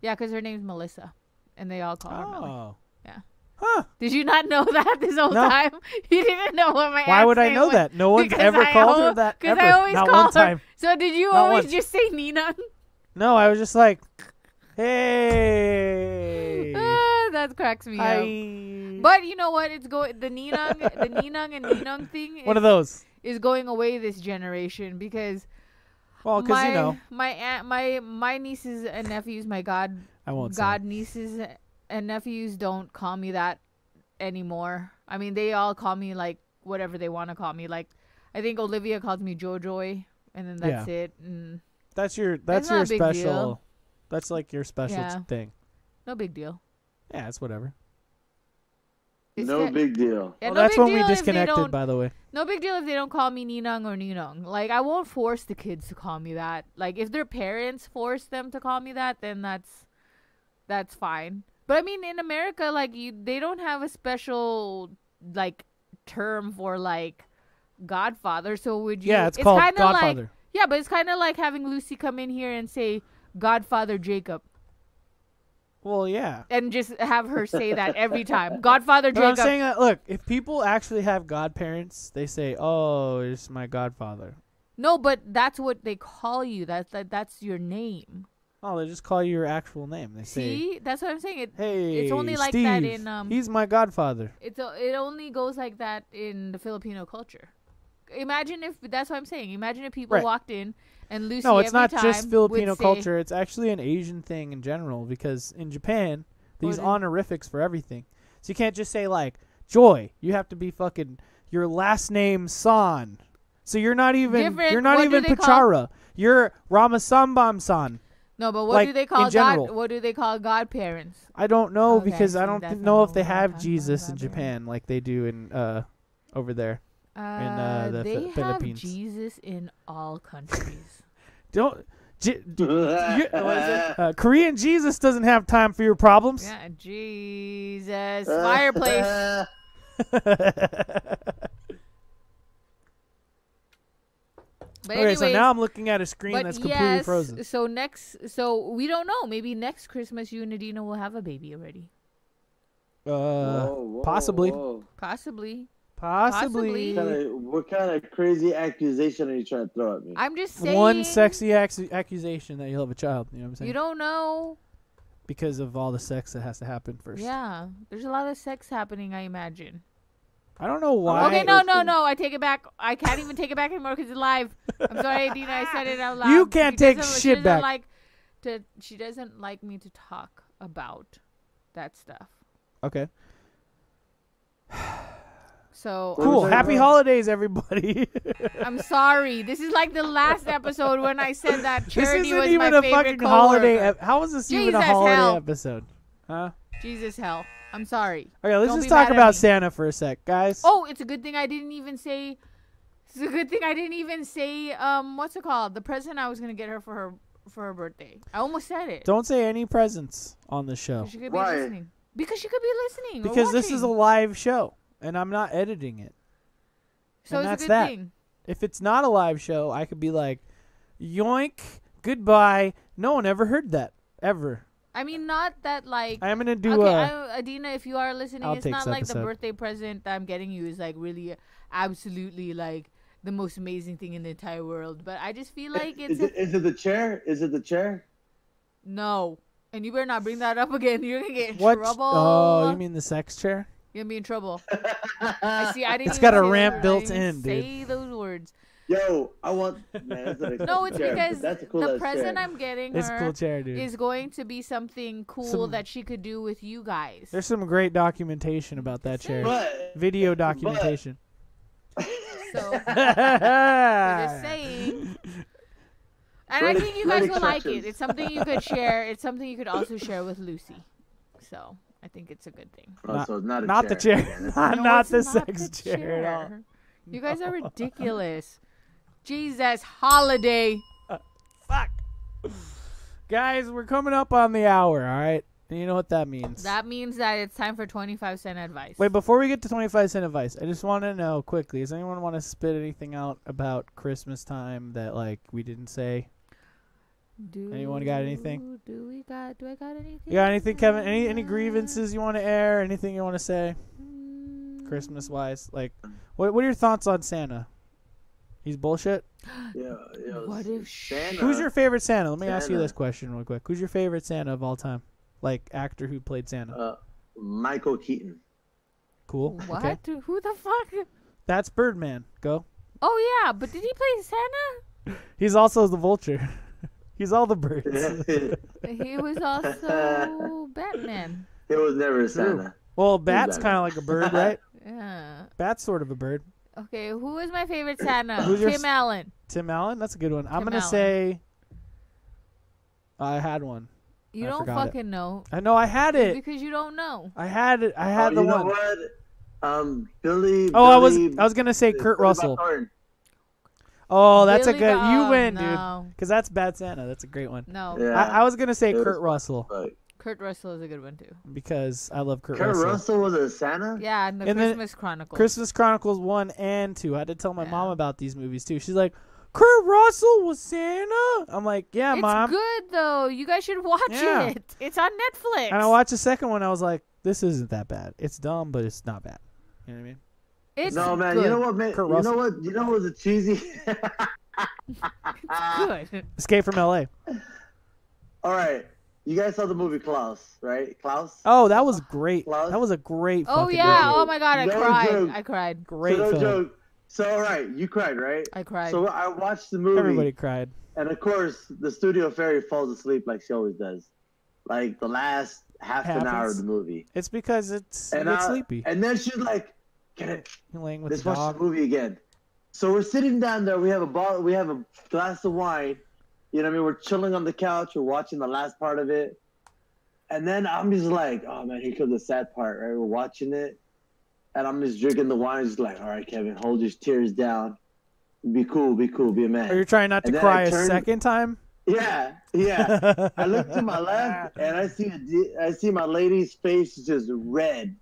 D: Yeah, because her name's Melissa, and they all call her Melly.
C: Oh.
D: Yeah.
C: Huh?
D: Did you not know that this whole
C: No.
D: time? You didn't know what my
C: Why
D: aunt's
C: would I
D: name
C: know
D: was?
C: that? No one's
D: Because
C: ever
D: I
C: called
D: al-
C: her that
D: Because I
C: ever.
D: always
C: Not
D: call
C: one time.
D: her. So did you
C: Not
D: always
C: once.
D: just say Nina?
C: No, I was just like, hey.
D: Ah, that cracks me up.
C: Hi.
D: But you know what? It's going the Ninang, the Ninang and Ninong thing
C: One
D: is,
C: of those.
D: is going away this generation because
C: Well, because
D: my
C: Oh, you know,
D: my aunt, my my nieces and nephews, my god
C: I won't say.
D: god nieces and nephews don't call me that anymore. I mean, they all call me like whatever they want to call me. Like, I think Olivia calls me JoJoy, and then that's
C: Yeah.
D: it. And
C: That's your. That's
D: not
C: your
D: a big deal.
C: special. That's like your special
D: Yeah.
C: thing.
D: no big deal.
C: Yeah, it's whatever.
D: It's
B: no
D: the-
B: big deal.
D: Yeah,
C: well,
D: no
C: that's
D: big
C: when we
D: deal if they
C: disconnected,
D: don't-
C: by the way.
D: No big deal if they don't call me Ninang or Ninong. Like I won't force the kids to call me that. Like if their parents force them to call me that, then that's that's fine. But I mean in America like you they don't have a special like term for like godfather. So would you
C: Yeah, it's called
D: kinda Like,
C: Godfather.
D: yeah, but it's kind of like having Lucy come in here and say Godfather Jacob
C: Well, yeah.
D: and just have her say that every time. Godfather
C: But
D: Jacob.
C: I'm saying that look, if people actually have godparents, they say, "Oh, it's my godfather."
D: no, but that's what they call you. That's that, that's your name.
C: Oh, they just call you your actual name. They say,
D: See, that's what I'm saying. It,
C: "Hey,
D: it's only like that
C: Steve,
D: in, um,
C: he's my godfather."
D: it's o it only goes like that in the Filipino culture. Imagine if that's what I'm saying. Imagine if people
C: Right.
D: walked in and Lucy.
C: No, it's
D: every
C: not
D: time
C: just
D: would
C: Filipino
D: say-
C: culture. It's actually an Asian thing in general because in Japan, these
D: What is-
C: honorifics for everything. So you can't just say like Joy. You have to be fucking your last name San. So you're not even
D: Different-
C: you're not
D: what do
C: even
D: they call-
C: Pachara. You're Ramasambam San.
D: No, but what
C: like,
D: do they call
C: in
D: god?
C: general.
D: What do they call godparents?
C: I don't know
D: Okay,
C: because I
D: so
C: don't
D: that's
C: th- know if
D: all
C: they
D: we're
C: have
D: talking
C: Jesus
D: about
C: in
D: there.
C: Japan like they do in uh over there. uh,
D: Uh,
C: the
D: they
C: Fi- Philippines.
D: have Jesus in all countries.
C: Don't J- you- uh, Korean Jesus doesn't have time for your problems.
D: yeah, Jesus,
B: Uh,
D: fireplace.
C: Uh,
D: But
C: okay,
D: anyways,
C: so now I'm looking at a screen
D: but
C: that's completely
D: yes,
C: frozen.
D: so next, so we don't know. Maybe next Christmas, you and Adina will have a baby already.
C: Uh,
B: Whoa, whoa,
C: possibly.
B: whoa.
D: Possibly.
C: possibly,
D: Possibly.
B: Kinda- what kind of crazy accusation are you trying to throw at me?
D: I'm just saying.
C: one sexy ac- accusation that you'll have a child. You know what I'm saying?
D: You don't know.
C: because of all the sex that has to happen first.
D: Yeah, there's a lot of sex happening. I imagine.
C: I don't know why.
D: okay, no, no,
B: Listen.
D: no. I take it back. I can't even take it back anymore because it's live. I'm sorry, Adina. I said it out loud.
C: You can't
D: She
C: take
D: doesn't- she
C: shit
D: doesn't
C: back.
D: Like to, she doesn't like me to talk about that stuff.
C: Okay.
D: So I'm
C: Cool.
B: was I
C: Happy
B: wrong?
C: holidays, everybody.
D: I'm sorry. This is like the last episode when I said that
C: this
D: charity
C: isn't
D: was
C: even
D: my
C: a
D: favorite
C: fucking holiday.
D: coworker.
C: ep- How is this even a
D: Jesus,
C: holiday
D: hell.
C: episode? Huh?
D: Jesus hell. I'm sorry.
C: Okay, let's
D: Don't
C: just
D: be
C: talk
D: mad at
C: about
D: me.
C: Santa for a sec, guys.
D: Oh, it's a good thing I didn't even say. It's a good thing I didn't even say. Um, what's it called? The present I was gonna get her for her for her birthday. I almost said it.
C: Don't say any presents on the show
D: She could
B: Why?
D: be listening. Because she could be listening. or
C: because this is a
D: watching.
C: live show and I'm not editing it.
D: so
C: and
D: it's
C: that's
D: a good
C: that.
D: thing.
C: If it's not a live show, I could be like, yoink, goodbye. No one ever heard that. Ever.
D: I mean, not that like.
C: I'm going to do
D: okay,
C: a.
D: I, Adina, if you are listening,
C: I'll
D: it's
C: take this
D: not like the
C: episode.
D: birthday present that I'm getting you is like really, absolutely like the most amazing thing in the entire world. But I just feel like it's
B: is,
D: a,
B: it, is it the chair? Is it the chair?
D: no, and you better not bring that up again. You're gonna get in
C: what?
D: trouble.
C: Oh, you mean the sex chair?
D: You're gonna be in trouble. I see. I didn't.
C: It's
D: even
C: got a
D: say those
C: ramp
D: words. I
C: built
D: didn't even
C: in, dude.
D: Say those words.
B: Yo, I want. Man, that's an expensive
D: No, it's
B: chair, but
D: because
B: that's a cool
D: the
B: ass
D: present
B: chair.
D: I'm getting
C: It's a
D: her
C: cool chair, dude.
D: is going to be something cool
C: Some-
D: that she could do with you guys.
C: There's some great documentation about that chair.
B: But
C: Video documentation.
D: So I'm just
C: That's
D: saying. And I
B: Really-
D: think you guys
B: really
D: will like it.
B: touches.
D: It's something you could share. It's something you could also share with Lucy. So I think it's a good thing.
B: Oh, so it's not a
C: Not the
B: chair.
C: chair.
B: Again,
C: Not,
D: No,
C: not
D: it's
C: the
D: not
C: sex
D: the
C: chair at all.
D: chair. You guys are ridiculous. Jesus, holiday.
C: Fuck. Guys, we're coming up on the hour, all right? And you know what that means.
D: That means that it's time for 25 cent advice.
C: Wait, before we get to 25 cent advice, I just want to know quickly does anyone want to spit anything out about Christmas time that, like, we didn't say?
D: do,
C: anyone got anything?
D: Do we got? Do I got anything?
C: You got anything, Kevin? Any any grievances you want to air? Anything you want to say,
D: Mm,
C: Christmas wise? Like, what what are your thoughts on Santa? He's bullshit.
B: Yeah, yeah.
D: What if
B: Santa?
C: Who's your favorite Santa? Let me ask you
B: Uh, Santa.
C: this question real quick. Who's your favorite Santa of all time? Like actor who played Santa.
B: Uh, Michael Keaton.
C: cool.
D: What?
C: Okay.
D: Who the fuck?
C: That's Birdman. Go.
D: Oh yeah, but did he play Santa?
C: He's also the vulture. He's all the birds.
B: it
D: He was also Batman.
B: was never Santa.
C: well, bat's
B: Batman.
C: kind of like a bird, right?
D: Yeah.
C: bat's sort of a bird.
D: Okay, who was my favorite Santa?
C: Who's your
D: Tim
C: s-
D: Allen.
C: Tim Allen. That's a good one. I'm
D: Tim
C: gonna
D: Allen.
C: say. I had one.
D: You
C: I
D: don't
C: forgot it.
D: fucking know
C: I know. I had it.
D: because you don't know.
C: I had it. I
B: Oh,
C: had the
B: you know
C: one.
B: what? Um, Billy.
C: Oh, I was
B: Billy-
C: I was gonna say
B: Billy
C: Kurt
B: Bob
C: Russell.
B: Thornton.
C: Oh, that's a
D: Billy
C: good.
D: Bob-
C: You win, dude.
D: no,
C: Because that's Bad Santa. That's a great one.
D: No,
B: Yeah.
C: I, I was gonna say
B: It was-
C: Kurt Russell
B: But
D: Kurt Russell is a good one too.
C: because I love Kurt,
B: Kurt
C: Russell.
B: Russell. was a Santa.
D: Yeah, and the
C: And then-
D: Christmas Chronicles.
C: Christmas Chronicles one and two. I had to tell my
D: Yeah.
C: mom about these movies too. She's like, Kurt Russell was Santa. I'm like, yeah,
D: it's
C: mom.
D: good though. You guys should watch
C: Yeah.
D: it. It's on Netflix.
C: And I watched the second one. I was like, this isn't that bad. It's dumb, but it's not bad. You know what I mean?
D: It's
B: no man,
D: good.
B: you know what, man,
C: Kurt
B: you know
C: Russell.
B: what, you know what was a cheesy.
D: Good.
C: Escape from L.A.
B: All right, you guys saw the movie Klaus, right? Klaus.
C: Oh, that was great.
B: Love.
C: That was a great.
D: Oh
C: fucking
D: yeah.
C: movie.
D: Oh my god, I
B: No
D: cried.
B: joke.
D: I cried.
C: great
B: so no
C: film.
B: joke. So all right, you cried, right?
D: I cried.
B: So I watched the movie,
C: Everybody cried.
B: and of course, the studio fairy falls asleep like she always does, like the last half an hour
C: Happens.
B: of the movie.
C: It's because it's you
B: And
C: get
B: I-
C: sleepy.
B: And then she's like, "Can I,
C: You're laying with
B: let's
C: the
B: watch
C: dog.
B: the movie again." So we're sitting down there. We have a bottle. We have a glass of wine. You know what I mean? We're chilling on the couch. We're watching the last part of it. And then I'm just like, "Oh man, here comes the sad part." Right? We're watching it, and I'm just drinking the wine. Just like, "All right, Kevin, hold your tears down. Be cool. Be cool. Be a man."
C: Are you trying not to
B: And then I
C: cry a
B: turned-
C: second time?
B: yeah, yeah. I look to my left and I see a d- I see my lady's face is just red,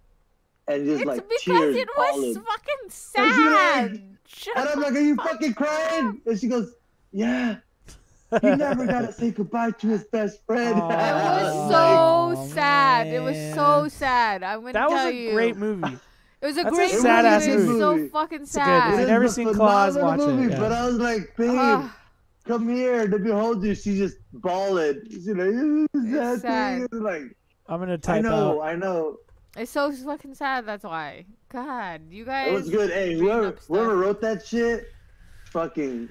B: and just
D: it's
B: like
D: because
B: tears
D: it was
B: falling.
D: fucking
B: Don't you like-
D: sad. Shut
B: And I'm
D: up.
B: like, "Are you fucking crying?" And she goes, "Yeah." You never gotta say goodbye to his best friend.
C: Aw.
D: It
B: Like,
D: was so
C: Oh,
D: sad. It was so
C: man.
D: sad. I'm gonna
C: that was
D: tell
C: a
D: you.
C: great movie.
D: It was a
C: That's a
D: great
C: sad-ass
D: movie. It was
B: movie.
D: so fucking
C: a good
D: sad.
C: I've
B: it
C: movie. never
B: was a
C: seen Claus
B: phenomenal
C: watch it,
B: movie,
C: yeah.
B: But I was like, "Babe,
D: Ugh.
B: come here to behold you." She's just bawling. She's like, "Ooh,
D: It's
B: that thing."
D: sad.
B: And Like,
C: I'm gonna
B: I
C: type
B: know,
C: out.
B: I know.
D: It's so fucking sad. That's why. God, you guys.
B: It was good. Hey,
D: bring
B: whoever
D: up stuff.
B: whoever wrote that shit, fucking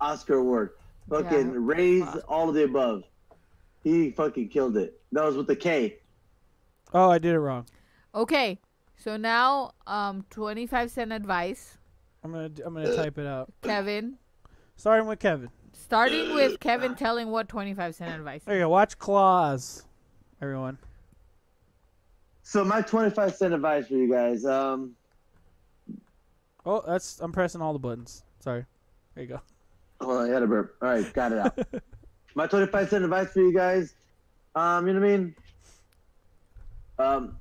B: Oscar award. Fucking
D: Yeah.
B: raise
D: Fuck.
B: all of the above. He fucking killed it. That was with the K.
C: Oh, I did it wrong.
D: Okay, so now, um, twenty-five cent advice,
C: I'm gonna I'm gonna type it out.
D: Kevin.
C: Starting with Kevin.
D: Starting with Kevin telling what twenty-five cent advice.
C: There you go. Watch Claws, everyone.
B: So my twenty five cent advice for you guys. Um,
C: Oh, that's I'm pressing all the buttons. Sorry. There you go.
B: Hold on, I had a burp. All right, got it out. My 25 cent advice for you guys. Um, you know what I mean? Um,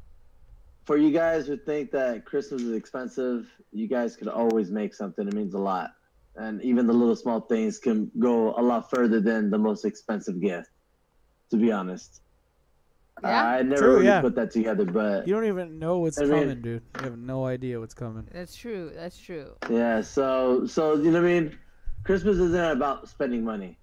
B: for you guys who think that Christmas is expensive, you guys could always make something. It means a lot. And even the little small things can go a lot further than the most expensive gift, to be honest.
D: Yeah.
B: I never
C: True,
B: really
C: yeah.
B: put that together, but
C: You don't even know what's
B: I mean-
C: coming, dude. You have no idea what's coming.
D: That's true. That's true.
B: Yeah, so so you know what I mean? Christmas isn't about spending money.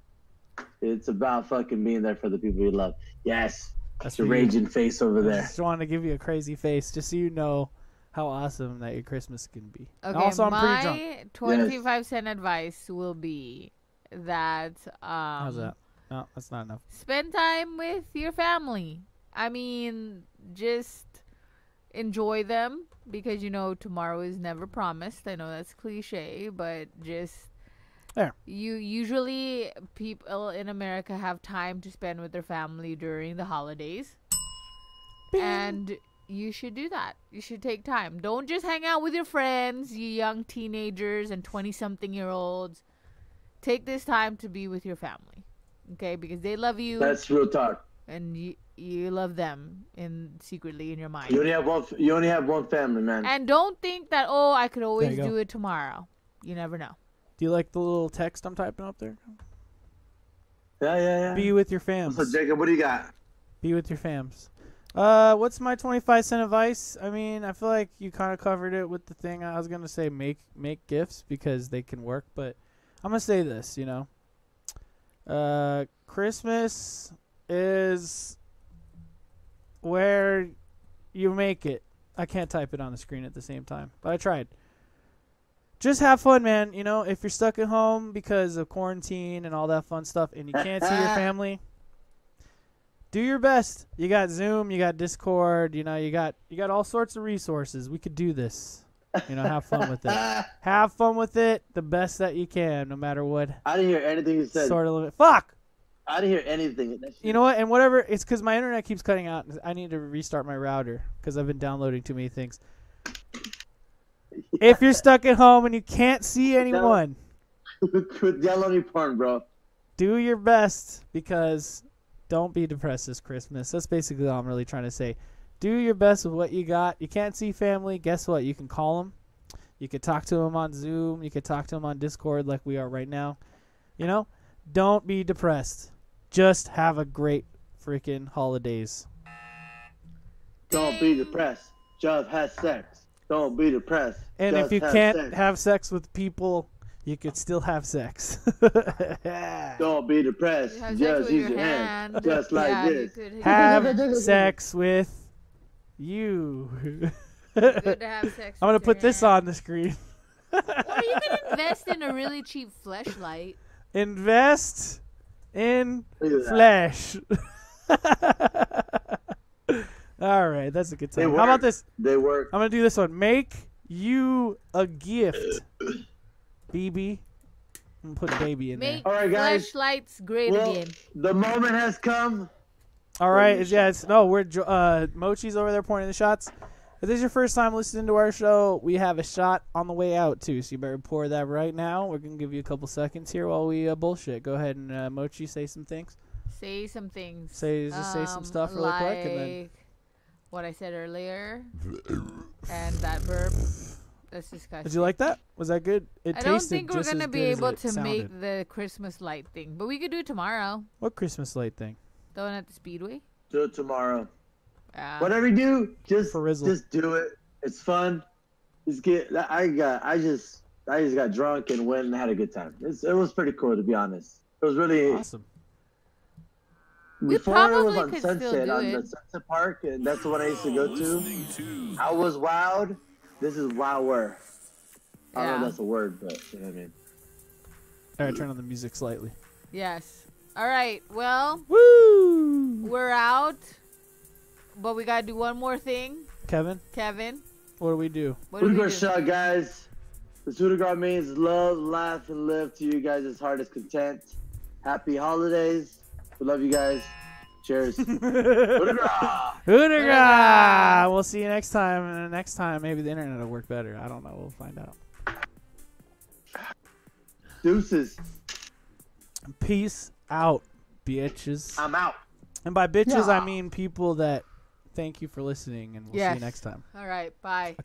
B: It's about fucking being there for the people you love. Yes.
C: That's
B: your
C: for you.
B: raging face over
C: I
B: there.
C: just want to give you a crazy face, just so you know how awesome that your Christmas can be. And
D: Okay,
C: also, I'm
D: my
C: pretty drunk.
D: 25 cent advice will be that um
C: How's that? No, that's not enough.
D: spend time with your family. I mean, just enjoy them because you know tomorrow is never promised. I know that's cliche, but just
C: There.
D: You usually people in America have time to spend with their family during the holidays. And you should do that. You should take time. Don't just hang out with your friends, you young teenagers and 20 something year olds. Take this time to be with your family. Okay? Because they love you
B: That's real talk.
D: and you, you love them in secretly in your mind.
B: You only have one. You only have one family, man.
D: And don't think that oh, I could always
C: go.
D: do it tomorrow. You never know.
C: Do you like the little text I'm typing up there?
B: yeah, yeah, yeah.
C: Be with your fams.
B: So Jacob, what do you got?
C: Be with your fams. Uh, what's my 25 cent advice? I mean, I feel like you kind of covered it with the thing I was gonna say. Make make gifts because they can work, but I'm gonna say this. You know, uh, Christmas is where you make it. I can't type it on the screen at the same time, but I tried. Just have fun, man. You know, if you're stuck at home because of quarantine and all that fun stuff, and you can't see your family, do your best. You got Zoom, you got Discord, you know, you got you got all sorts of resources. We could do this. You know, have fun with
B: Ah,
C: it. Have fun with it the best that you can, no matter what
B: I didn't hear anything you said.
C: sort of limit. Fuck.
B: I didn't hear anything. That shit-
C: You know what? And whatever. It's because my internet keeps cutting out. I need to restart my router because I've been downloading too many things. If you're stuck at home and you can't see anyone,
B: Quit yelling at your porn, bro.
C: do your best because don't be depressed this Christmas. That's basically all I'm really trying to say. Do your best with what you got. You can't see family. Guess what? You can call them. You could talk to them on Zoom. You could talk to them on Discord like we are right now. You know, don't be depressed. Just have a great freaking holidays.
B: Don't be depressed. Just have sex. Don't be depressed.
C: And
B: Just
C: if you
B: have
C: can't
B: sex.
C: have sex with people, you could still have sex.
B: don't be depressed.
D: You have sex
B: Just
D: with
B: use
D: your
B: your hand,
D: hand.
B: just like
D: yeah,
B: this.
D: You could,
C: have sex with you.
D: good to have sex.
C: I'm gonna
D: with your
C: put this
D: hand.
C: on the screen.
D: Or you could invest in a really cheap flashlight.
C: Invest in
B: Look at that.
C: flesh. All right, that's a good
B: They
C: time. How about
B: work.
C: this?
B: They work.
C: I'm gonna do this one. Make you a gift, BB. I'm gonna put baby in
D: Make
C: there.
B: All right, guys.
D: flashlights great
B: Well,
D: again.
B: the moment has come.
C: All right, it's- yeah, it's no. We're jo- uh, Mochi's over there pointing the shots. If this is your first time listening to our show, we have a shot on the way out too, so you better pour that right now. We're gonna give you a couple seconds here while we uh, bullshit. Go ahead and uh, Mochi say some things.
D: Say some things.
C: Say- just say some
D: Um,
C: stuff really quick and then-
D: like what I said earlier, and that burp. That's disgusting.
C: Did you like that? Was that good? It
D: I don't
C: tasted
D: think we're
C: just as
D: gonna be
C: good as
D: able
C: it
D: to
C: sounded.
D: make the Christmas light thing, but we could do it tomorrow.
C: what Christmas light thing.
D: The one at the Speedway.
B: Till tomorrow.
D: Uh,
B: Whatever you do, just
C: For Rizzle.
B: just do it. It's fun. Just get. I got. I just. I just got drunk and went and had a good time. It's, it was pretty cool to be honest. It was really
C: Awesome.
D: We
B: before it was
D: probably
B: on
D: could still
B: Sunset
D: do
B: on
D: it.
B: the Sunset Park, and that's the one I used to go to.
A: Listening to
B: I was wowed. This is wower. I don't know
D: Yeah.
B: if oh, that's a word, but you know what I mean.
C: All right, turn on the music slightly.
D: yes. All right. Well,
C: Woo!
D: we're out, but we gotta do one more thing,
C: Kevin,
D: Kevin.
C: what do we do?
D: What do we
B: Rudiger
D: do?
B: shot, guys. The Rudiger means love, laugh, and live to you guys as hard as content. Happy holidays. We love you guys. Cheers. Rudiger!
C: Hoonigra! We'll see you next time. And next time, maybe the internet will work better. I don't know. We'll find out.
B: Deuces.
C: Peace out, bitches.
B: I'm out.
C: and by bitches, I
B: Yeah.
C: mean people that thank you for listening, and we'll see
D: Yes.
C: you next time.
D: All right. Bye.